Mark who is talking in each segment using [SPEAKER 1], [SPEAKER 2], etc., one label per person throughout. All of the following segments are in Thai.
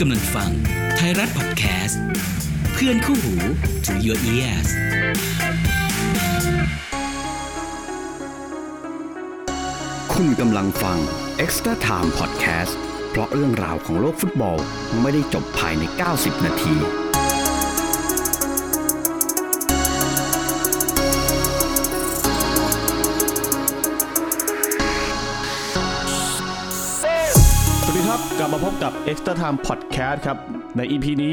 [SPEAKER 1] กำลังฟังไทยรัฐพอดแคสต์ เพื่อนคู่หู to your ears
[SPEAKER 2] คุณกำลังฟัง Extra Time Podcast เพราะเรื่องราวของโลกฟุตบอลไม่ได้จบภายใน 90 นาที
[SPEAKER 3] สวัสดีครับ กลับมาพบกับ Extra Time Podcast ครับ ใน EP นี้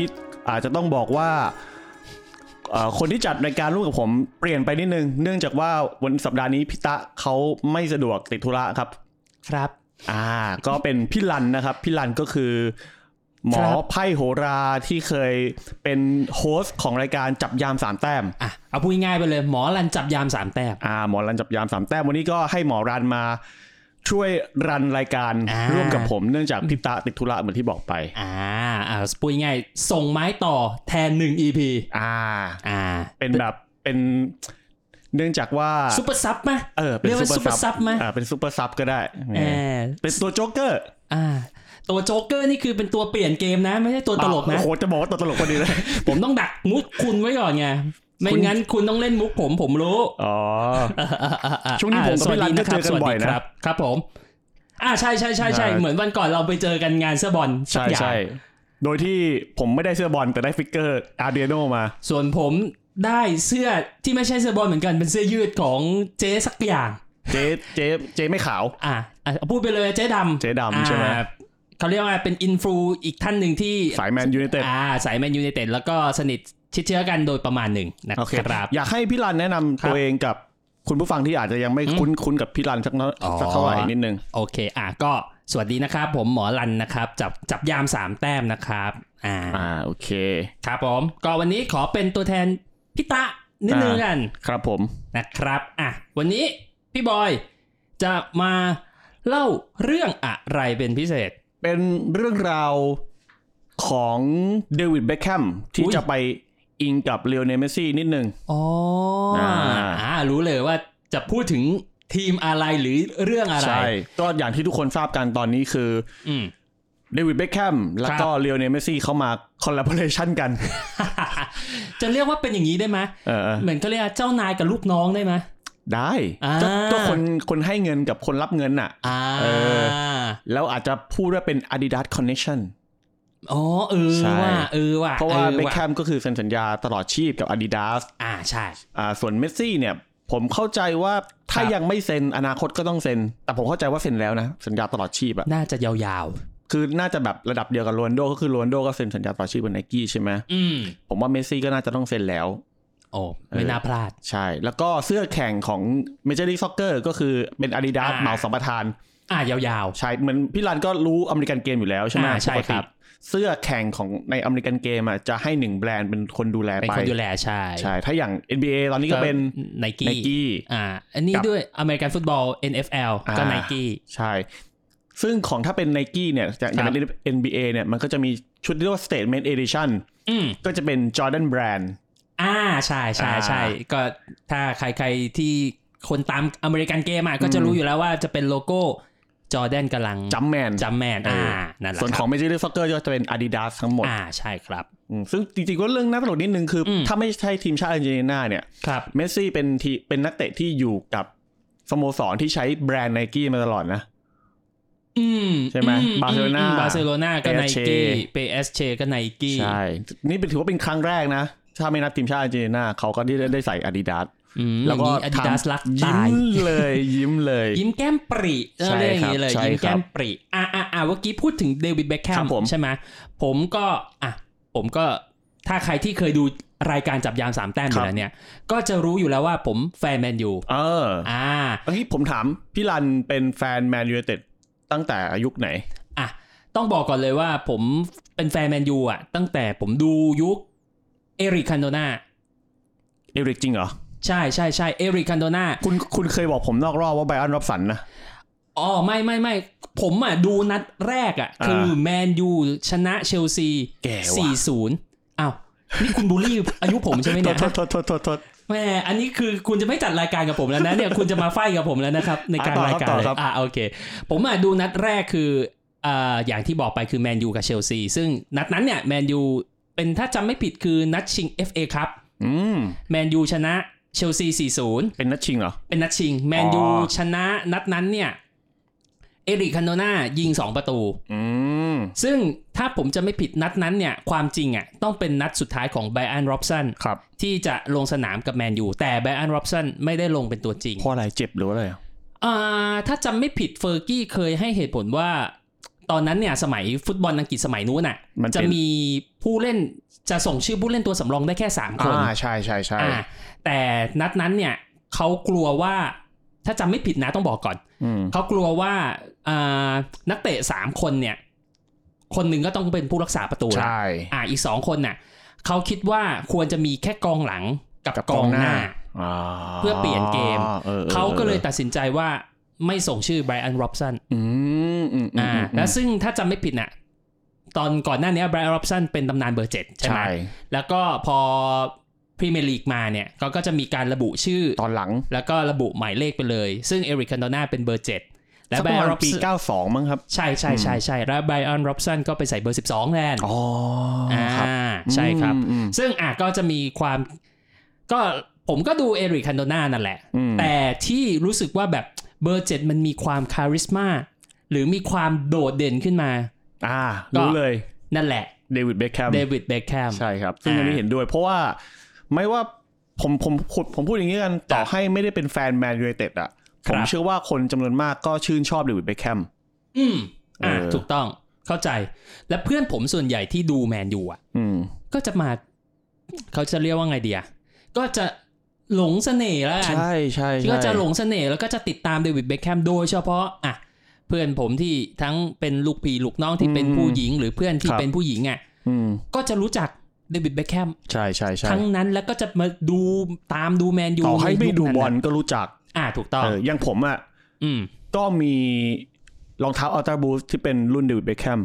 [SPEAKER 3] อาจจะต้องบอกว่าเอ่อคนที่จัดรายการร่วมกับผมเปลี่ยนไปนิดนึง เนื่องจากว่าวันสัปดาห์นี้พี่ตะเขาไม่สะดวกติดธุระครับ
[SPEAKER 4] ครับ
[SPEAKER 3] อ่า ก็เป็นพี่ลันนะครับ พี่ลันก็คือ หมอ
[SPEAKER 4] ครับ
[SPEAKER 3] ไพ่โหราที่เคยเป็นโฮสต์ของรายการจับยามสามแต้ม
[SPEAKER 4] อ่ะ เอาพูดง่ายๆไปเลย หมอรันจับยามสามแต้ม
[SPEAKER 3] อ่าหมอรันจับยามสามแต้มวันนี้ก็ให้หมอรันมาช่วยรันรายการ
[SPEAKER 4] อ่า
[SPEAKER 3] ร่วมกับผม เนื่องจากพี่ตะติดธุระเหมือนที่บอกไป
[SPEAKER 4] อ่าอ่าพูดง่ายๆส่งไม้ต่อแทนหนึ่ง EP
[SPEAKER 3] อ่า
[SPEAKER 4] อ่า
[SPEAKER 3] เป็นแบบเป็นเนื่องจากว่า
[SPEAKER 4] ซุปเปอร์ซับไหม
[SPEAKER 3] เออเป็น
[SPEAKER 4] เรียกว่า
[SPEAKER 3] ซุ
[SPEAKER 4] ซุป
[SPEAKER 3] ป
[SPEAKER 4] เป
[SPEAKER 3] เป
[SPEAKER 4] อ
[SPEAKER 3] อ
[SPEAKER 4] ร์
[SPEAKER 3] ร์
[SPEAKER 4] ซั
[SPEAKER 3] ซั
[SPEAKER 4] บบ ไหม
[SPEAKER 3] อ่าเป็นซุปเปอร์ซับก็ได้
[SPEAKER 4] เออ
[SPEAKER 3] เป็นตัวโจ๊กเกอร์
[SPEAKER 4] อ่า ตัวโจ๊กเกอร์นี่คือเป็นตัวเปลี่ยนเกมนะ ไม่ใช่ตัวตลกนะ
[SPEAKER 3] โอ้โหจะบอกว่าตัวตลกคนนี้ เลย
[SPEAKER 4] ผมต้องดักมุกคุณไว้ก่อนไง ไม่
[SPEAKER 3] คุณ
[SPEAKER 4] งั้นคุณต้องเล่นมุกผมผมรู้
[SPEAKER 3] อ๋อ ช่วงนี้
[SPEAKER 4] อ่า
[SPEAKER 3] ผมกับ
[SPEAKER 4] สวัส
[SPEAKER 3] พี่รั
[SPEAKER 4] ดี
[SPEAKER 3] นก็
[SPEAKER 4] นะครับ
[SPEAKER 3] เจอกันบ่อย
[SPEAKER 4] สวัส
[SPEAKER 3] นะ
[SPEAKER 4] ดีครับ ครับผม อ่าใช่ใช่ใช่ใช่
[SPEAKER 3] ใช่
[SPEAKER 4] เหมือนวันก่อนเราไปเจอกันงานเสื้อบอลสัก
[SPEAKER 3] ใช่
[SPEAKER 4] อย่าง
[SPEAKER 3] ใช่โดยที่ผมไม่ได้เสื้อบอลแต่ได้ฟิกเกอร์อาร์เดียโนมา
[SPEAKER 4] ส่วนผมได้เสื้อที่ไม่ใช่เสื้อบอลเหมือนกันเป็นเสื้อยืดของเจ๊สักอย่าง
[SPEAKER 3] เจ๊เจ๊เจ๊ไม่ขาว
[SPEAKER 4] อ่ะอ่ะเอาพูดไปเลยเจ๊ดำ
[SPEAKER 3] เจ๊ดำใช่ไหม
[SPEAKER 4] อ่าเขาเรียกว่าเป็นอินฟลูอีกท่านหนึ่งที่
[SPEAKER 3] สายแมนยูไนเต็ด
[SPEAKER 4] อ่าสายแมนยูไนเต็ดแล้วก็สนิทชิดเชื้อกันโดยประมาณหนึ่งนะ
[SPEAKER 3] โอเค
[SPEAKER 4] ครับ
[SPEAKER 3] อยากให้พี่รันแนะนำ
[SPEAKER 4] ครับ
[SPEAKER 3] ตัวเองกับคุณผู้ฟังที่อาจจะยังไม่
[SPEAKER 4] อืม
[SPEAKER 3] คุ้นคุ้นกับพี่รันสักน้อย
[SPEAKER 4] อ๋อ
[SPEAKER 3] สักเท่าไหร่นิดนึง
[SPEAKER 4] โอเคอ่ะก็สวัสดีนะครับ ผมหมอรันนะครับ จับจับยามสามแต้มนะครับอ่า
[SPEAKER 3] อ่าโอเค
[SPEAKER 4] ครับผมก็วันนี้ขอเป็นตัวแทนพี่ตะนิดนึง
[SPEAKER 3] อ่า
[SPEAKER 4] กัน
[SPEAKER 3] ครับผม
[SPEAKER 4] นะครับ อ่ะ วันนี้พี่บอยจะมาเล่าเรื่องอะไรเป็นพิเศษ
[SPEAKER 3] เป็นเรื่องราวของเดวิดเบคแฮมที่
[SPEAKER 4] อุ๊ย
[SPEAKER 3] จะไปอิงกับเลโอเนลเมสซี่นิดนึง
[SPEAKER 4] อ๋ออา อ่า รู้เลยว่าจะพูดถึงทีมอะไรหรือเรื่องอะไร
[SPEAKER 3] ใช่ก็อย่างที่ทุกคนทราบกันตอนนี้คือ
[SPEAKER 4] อืม
[SPEAKER 3] เดวิดเบคแฮมแล้วก็เลโอเนลเมสซี่เข้ามาคอลลาบอเรชันกัน
[SPEAKER 4] จะเรียกว่าเป็นอย่างนี้ได้ไหม
[SPEAKER 3] เออ
[SPEAKER 4] เหมือนเขาเรียกว่าเจ้านายกับลูกน้องได้ไหม
[SPEAKER 3] ได้
[SPEAKER 4] อ่า
[SPEAKER 3] ก็ก็คนคนให้เงินกับคนรับเงินน่ะ
[SPEAKER 4] อ่า
[SPEAKER 3] เอ แล้วอาจจะพูดว่าเป็น Adidas Connection
[SPEAKER 4] อ๋อเออ
[SPEAKER 3] ใช่
[SPEAKER 4] ว่า เออว่า
[SPEAKER 3] เพราะว่า
[SPEAKER 4] ออ
[SPEAKER 3] เบคแฮมก็คือเซ็นสัญญาตลอดชีพกับ Adidas
[SPEAKER 4] อ่าใช่
[SPEAKER 3] อ่าส่วนเมสซี่เนี่ย ผมเข้าใจว่าถ้า
[SPEAKER 4] ครับ
[SPEAKER 3] ยังไม่เซ็นอนาคตก็ต้องเซ็น แต่ผมเข้าใจว่าเซ็นแล้วนะสัญญาตลอดชีพอะ
[SPEAKER 4] น่าจะยาว
[SPEAKER 3] คือน่าจะแบบระดับเดียวกับโรนลโดก็คือโรนลโดก็เซ็นสัญญาต่อชีพกับไนกี้ใช่ไหม
[SPEAKER 4] ๆ อืม
[SPEAKER 3] ผมว่าเมสซี่ก็น่าจะต้องเซ็นแล้ว
[SPEAKER 4] โอ้ไม่
[SPEAKER 3] เออ
[SPEAKER 4] น่าพลาด
[SPEAKER 3] ใช่ แล้วก็เสื้อแข่งของเมเจอร์ลีกซ็อกเกอร์ก็คือเป็นอาดิดาส
[SPEAKER 4] อ่า
[SPEAKER 3] เหมาสัมปทาน
[SPEAKER 4] อ่ายาว
[SPEAKER 3] ใช่เหมือนพี่รันก็รู้อเมริกันเกมอยู่แล้วใช่ไหม
[SPEAKER 4] อ่าใช่
[SPEAKER 3] ปกติ
[SPEAKER 4] ครับ
[SPEAKER 3] เสื้อแข่งของในอเมริกันเกมอ่ะจะให้หนึ่งแบรนด์เป็นคนดูแล
[SPEAKER 4] ๆ เป็น
[SPEAKER 3] ไป
[SPEAKER 4] คนดูแลใช่
[SPEAKER 3] ใช่ ถ้าอย่าง NBA ตอนนี้ก็เป็น
[SPEAKER 4] ไน
[SPEAKER 3] ไน
[SPEAKER 4] กี้
[SPEAKER 3] กี้
[SPEAKER 4] อ่า อันนี้
[SPEAKER 3] กับ
[SPEAKER 4] ด้วยอเมริกันฟุตบอล NFL ก็
[SPEAKER 3] อ่า
[SPEAKER 4] n นกี้
[SPEAKER 3] ใช่ ซึ่งของถ้าเป็นไนกี้เนี่ยจากอย่าง NBA เนี่ยมันก็จะมีชุดที่เรียกว่า Statement Edition
[SPEAKER 4] อืม
[SPEAKER 3] ก็จะเป็น Jordan Brand
[SPEAKER 4] อ่า ใช่ใช่ใช่
[SPEAKER 3] อ่
[SPEAKER 4] ก็ถ้าใครใครที่คนตามอเมริกันเกมอ่ะก็จะรู้อยู่แล้วว่าจะเป็นโลโก้จอแดนกำลัง
[SPEAKER 3] จัมแมน
[SPEAKER 4] จัมแมน
[SPEAKER 3] เอ
[SPEAKER 4] อ่า
[SPEAKER 3] อ
[SPEAKER 4] นั่นแหละ
[SPEAKER 3] ส่วน
[SPEAKER 4] ค
[SPEAKER 3] ข
[SPEAKER 4] รั
[SPEAKER 3] อบ ง Major League Soccer ก็จะเป็น Adidas ทั้งหมด
[SPEAKER 4] อ่า ใช่ครับ
[SPEAKER 3] อืมซึ่งจริงๆก็เรื่องน่าตลกนิดนึงคืออ
[SPEAKER 4] ม
[SPEAKER 3] ถ้าไม่ใช่ทีมชาติอาร์เจนตินาเนี่ย
[SPEAKER 4] ครับ
[SPEAKER 3] เมสซี่เป็นทีเป็นนักเตะที่อยู่กับสโมสรที่ใช้แบรนด์ไนกี้มาตลอดนะ
[SPEAKER 4] อืม
[SPEAKER 3] ใช่ไหม
[SPEAKER 4] อื
[SPEAKER 3] Barcelona
[SPEAKER 4] อืมบาร์เซโลนาก็ไน
[SPEAKER 3] PSG
[SPEAKER 4] กี้เปสเชก็ไนกี้
[SPEAKER 3] ใช่ นี่เป็นถือว่าเป็นครั้งแรกนะ ถ้าไม่นับทีมชาติอาร์เจนตินาเขาก็ได้ได้ใส่ Adidas
[SPEAKER 4] อืม
[SPEAKER 3] แล้
[SPEAKER 4] แล้ว ว
[SPEAKER 3] ก็
[SPEAKER 4] ก็อาดิดาส
[SPEAKER 3] ทำ
[SPEAKER 4] รัก
[SPEAKER 3] ยิ้
[SPEAKER 4] ตาม ย
[SPEAKER 3] เลย ยิ้มเลย
[SPEAKER 4] ยิ้มแก้มปริเออ
[SPEAKER 3] ใช่
[SPEAKER 4] เรียกอย่างนี้เลย
[SPEAKER 3] ครับ
[SPEAKER 4] ยิ้ม
[SPEAKER 3] ใช่ครั
[SPEAKER 4] แก้
[SPEAKER 3] บ
[SPEAKER 4] มปริอ่ะอ่ะอ่ะเมื่อกี้พูดถึงเดวิดเบคแฮ
[SPEAKER 3] ครับผม
[SPEAKER 4] ใช่ไหมผมก็อ่ะผมก็ถ้าใครที่เคยดูรายการจับยามสามแต้มอยู่แล้วเนี่ย ก็จะรู้อยู่แล้วว่าผมแฟนแมนยู
[SPEAKER 3] เออ
[SPEAKER 4] อ่า
[SPEAKER 3] เฮ้ยผมถาม พี่รันเป็นแฟนแมนยูไนเต็ดตั้งแต่อายุคไหน
[SPEAKER 4] อ่ะต้องบอกก่อนเลยว่าผมเป็นแฟนแมนยูอ่ะตั้งแต่ผมดูยุคเอริคคันโดนา
[SPEAKER 3] เอริกจริงเหรอ
[SPEAKER 4] ใช่ใช่ใช่เอริคคันโดนา
[SPEAKER 3] คุณคุณเคยบอกผมนอกรอบว่าไบรอันรอบสันนะ
[SPEAKER 4] อ๋อไม่ไม่ไม่ผมอ่ะดูนัดแรกอ่ะคือแมนยูชนะเชลซี
[SPEAKER 3] แก่ว่ะ
[SPEAKER 4] สี่ศูนย์อ้าว นี่คุณบูลลี่ อายุผมใช่ไหมเนี่ย
[SPEAKER 3] โทษโทษโทษโทษโทษ
[SPEAKER 4] แหม่อันนี้คือคุณจะไม่จัดรายการกับผมแล้วนะเนี่ย คุณจะมาไฟกับผมแล้วนะครับ ในการ
[SPEAKER 3] อ่ะต่อ
[SPEAKER 4] ราย
[SPEAKER 3] ครับ
[SPEAKER 4] การ
[SPEAKER 3] ต่อ
[SPEAKER 4] เลย
[SPEAKER 3] ครับ
[SPEAKER 4] อ่ะโอเค ผมอ่ะดูนัดแรกคือ เอ่ออย่างที่บอกไปคือแมนยูกับเชลซีซึ่งนัดนั้นเนี่ยแมนยูเป็นถ้าจำไม่ผิดคือนัดชิง FA ครับ
[SPEAKER 3] อืม
[SPEAKER 4] แมนยูชนะเชลซี4-0
[SPEAKER 3] เป็นนัดชิงเหรอ
[SPEAKER 4] เป็นนัดชิง แมนยู
[SPEAKER 3] อ๋อ
[SPEAKER 4] ชนะนัดนั้นเนี่ย เอริคคันโดนายิง 2 ประตู
[SPEAKER 3] อืม
[SPEAKER 4] ซึ่งถ้าผมจะไม่ผิดนัดนั้นเนี่ย ความจริงอ่ะต้องเป็นนัดสุดท้ายของไบอันโรบสัน
[SPEAKER 3] ครับ
[SPEAKER 4] ที่จะลงสนามกับแมนยูแต่ไบอันโรบสันไม่ได้ลงเป็นตัวจริง
[SPEAKER 3] เพราะอะไรเจ็บหรือว่าอะไรอ่ะ
[SPEAKER 4] อ่าถ้าจำไม่ผิดเฟอร์กี้เคยให้เหตุผลว่า ตอนนั้นเนี่ยสมัยฟุตบอลอังกฤษสมัยนู้นน่ะ
[SPEAKER 3] มัน
[SPEAKER 4] จะ
[SPEAKER 3] เป็น
[SPEAKER 4] มีผู้เล่นจะส่งชื่อผู้เล่นตัวสำรองได้แค่สามคน
[SPEAKER 3] อ่าใช่ใช่ใช่
[SPEAKER 4] อ่าแต่นัดนั้นเนี่ยเขากลัวว่าถ้าจำไม่ผิดนะต้องบอกก่อน
[SPEAKER 3] อืม
[SPEAKER 4] เขากลัวว่าอ่านักเตะสามคนเนี่ย คนหนึ่งก็ต้องเป็นผู้รักษาประตูละ
[SPEAKER 3] ใช่
[SPEAKER 4] อ่าอีกสองคนน่ะเขาคิดว่าควรจะมีแค่กองหลังกับกองหน้า
[SPEAKER 3] อ่า
[SPEAKER 4] เพื่อเปลี่ยนเกม
[SPEAKER 3] ออออ
[SPEAKER 4] เขาก็เลยตัดสินใจว่าไม่ส่งชื่อไบรอันโรบสัน
[SPEAKER 3] อืมอืม
[SPEAKER 4] อ่าและซึ่งถ้าจำไม่ผิดน่ะตอนก่อนหน้านี้ไบรอันโรบสันเป็นตำนานเบอร์เจ็ดใช่ไหม
[SPEAKER 3] ใช่
[SPEAKER 4] แล้วก็พอพรีเมียร์ลีกมาเนี่ยเขาก็จะมีการระบุชื่อ
[SPEAKER 3] ตอนหลัง
[SPEAKER 4] แล้วก็ระบุหมายเลขไปเลย ซึ่งเอริกคันโดนาเป็นเบอร์ 7 และ
[SPEAKER 3] สัก
[SPEAKER 4] ไบ
[SPEAKER 3] ประมา
[SPEAKER 4] อั
[SPEAKER 3] นณ
[SPEAKER 4] ร็อบ
[SPEAKER 3] ปี
[SPEAKER 4] สัน
[SPEAKER 3] 92 มั้งครับ
[SPEAKER 4] ใช่ใช่ใช่ใช่แล้วไบอันร็อบสันก็ไปใส่เบอร์ 12 แทน
[SPEAKER 3] อ๋ออ
[SPEAKER 4] อ่า
[SPEAKER 3] ครับ
[SPEAKER 4] ใช่ครับ
[SPEAKER 3] อืมอืม
[SPEAKER 4] ซึ่งอ่ะก็จะมีความก็ผมก็ดูเอริกคันโดนานั่นแหละ
[SPEAKER 3] อืม
[SPEAKER 4] แต่ที่รู้สึกว่าแบบเบอร์ 7 มันมีความคาริสมาหรือมีความโดดเด่นขึ้นมา
[SPEAKER 3] อ่า
[SPEAKER 4] ก็
[SPEAKER 3] รู้เลย
[SPEAKER 4] นั่นแหละ
[SPEAKER 3] เดวิดเบคแคม
[SPEAKER 4] เดวิดเบคแคม
[SPEAKER 3] ใช่ครับ ซึ่ง
[SPEAKER 4] อ่า
[SPEAKER 3] อันนี้เห็นด้วย เพราะว่าไม่ว่าผมผมผมผมพูดอย่างนี้กันต่อให้ไม่ได้เป็นแฟนแมนยูไนเต็ดอะผ
[SPEAKER 4] ครับ
[SPEAKER 3] มเชื่อว่าคนจำนวนมากก็ชื่นชอบเดวิดเบคแคม
[SPEAKER 4] อืมอ่ะ
[SPEAKER 3] เออ
[SPEAKER 4] ถูกต้องเข้าใจ และเพื่อนผมส่วนใหญ่ที่ดูแมนยูอ่ะ
[SPEAKER 3] อืม
[SPEAKER 4] ก็จะมาเขาจะเรียกว่าไงเดียก็จะหลงเสน่ห์แล้วกัน
[SPEAKER 3] ใช่ใช่
[SPEAKER 4] ก็
[SPEAKER 3] ใช่
[SPEAKER 4] จะหลงเสน่ห์แล้วก็จะติดตามเดวิดเบคแคมโดยเฉพาะอ่ะเพื่อนผมที่ทั้งเป็นลูกพี่ลูกน้องที่เป็นผู้หญิง หรือเพื่อนที่เป็นผู้หญิงอ่ะ
[SPEAKER 3] อืม
[SPEAKER 4] ก็จะรู้จักเดวิดเบคแคม
[SPEAKER 3] ใช่ใช่ใช่
[SPEAKER 4] ทั้งนั้นแล้วก็จะมาดูตามดูแมนยู
[SPEAKER 3] ต่อให้ไม่ดู
[SPEAKER 4] ในยุคนั้น
[SPEAKER 3] บอล
[SPEAKER 4] น่ะ
[SPEAKER 3] ก็รู้จัก
[SPEAKER 4] อ่ะถูกต้อง
[SPEAKER 3] เอออย่างผมอะ
[SPEAKER 4] อืม
[SPEAKER 3] ก็มีรองเท้าอัลตราบูสที่เป็นรุ่นเดวิดเบคแคม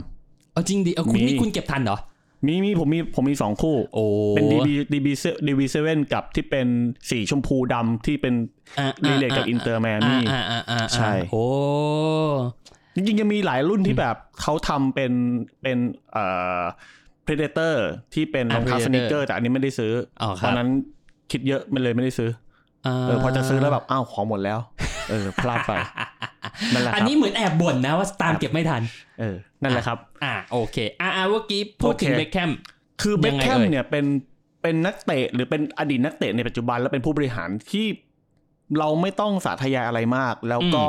[SPEAKER 4] เอาจริงดิเอาคุณ
[SPEAKER 3] มี
[SPEAKER 4] นี่คุณเก็บทันเหรอ
[SPEAKER 3] มีมีผมมีผมมีสองคู่
[SPEAKER 4] โอ้
[SPEAKER 3] เป็นดีบีดีบีดีบีเซเว่นกับที่เป็นสีชมพูดำที่เป็น
[SPEAKER 4] อ่ะ
[SPEAKER 3] รีเลทกับอินเตอร์แมมี่
[SPEAKER 4] อ่ะอ่ะอ่ะอ่ะ
[SPEAKER 3] ใช่
[SPEAKER 4] โอ้
[SPEAKER 3] จริงๆยังมีหลายรุ่นที่แบบเขาทำเป็นเป็นเอ่อ predator ที่เป็นร
[SPEAKER 4] อ่ะ
[SPEAKER 3] องเท้า
[SPEAKER 4] Predator
[SPEAKER 3] สนิเกอร์แต่อันนี้ไม่ได้ซื้ออ
[SPEAKER 4] อครับ
[SPEAKER 3] ตอนนั้นคิดเยอะมันเลยไม่ได้ซื้ออเออพอจะซื้อแล้วแบบอ้าวของหมดแล้ว เออพลาดไปนั่นแหละค
[SPEAKER 4] อัน
[SPEAKER 3] รับ
[SPEAKER 4] นี้เหมือนแอบบ่นนะว่าตามเก็บไม่ทัน
[SPEAKER 3] เออนั่นแหละครับ
[SPEAKER 4] อ่าโอเค อ่าเมื่อกี้พูดถึง
[SPEAKER 3] โอเค
[SPEAKER 4] เบคแคม
[SPEAKER 3] คือเบ
[SPEAKER 4] ยั
[SPEAKER 3] ค
[SPEAKER 4] งไง
[SPEAKER 3] แค
[SPEAKER 4] เอ่ย
[SPEAKER 3] มเนี่ยเป็นเป็นนักเตะหรือเป็นอดีตนักเตะในปัจจุบันและเป็นผู้บริหารที่เราไม่ต้องสาธยายอะไรมาก แล้วก็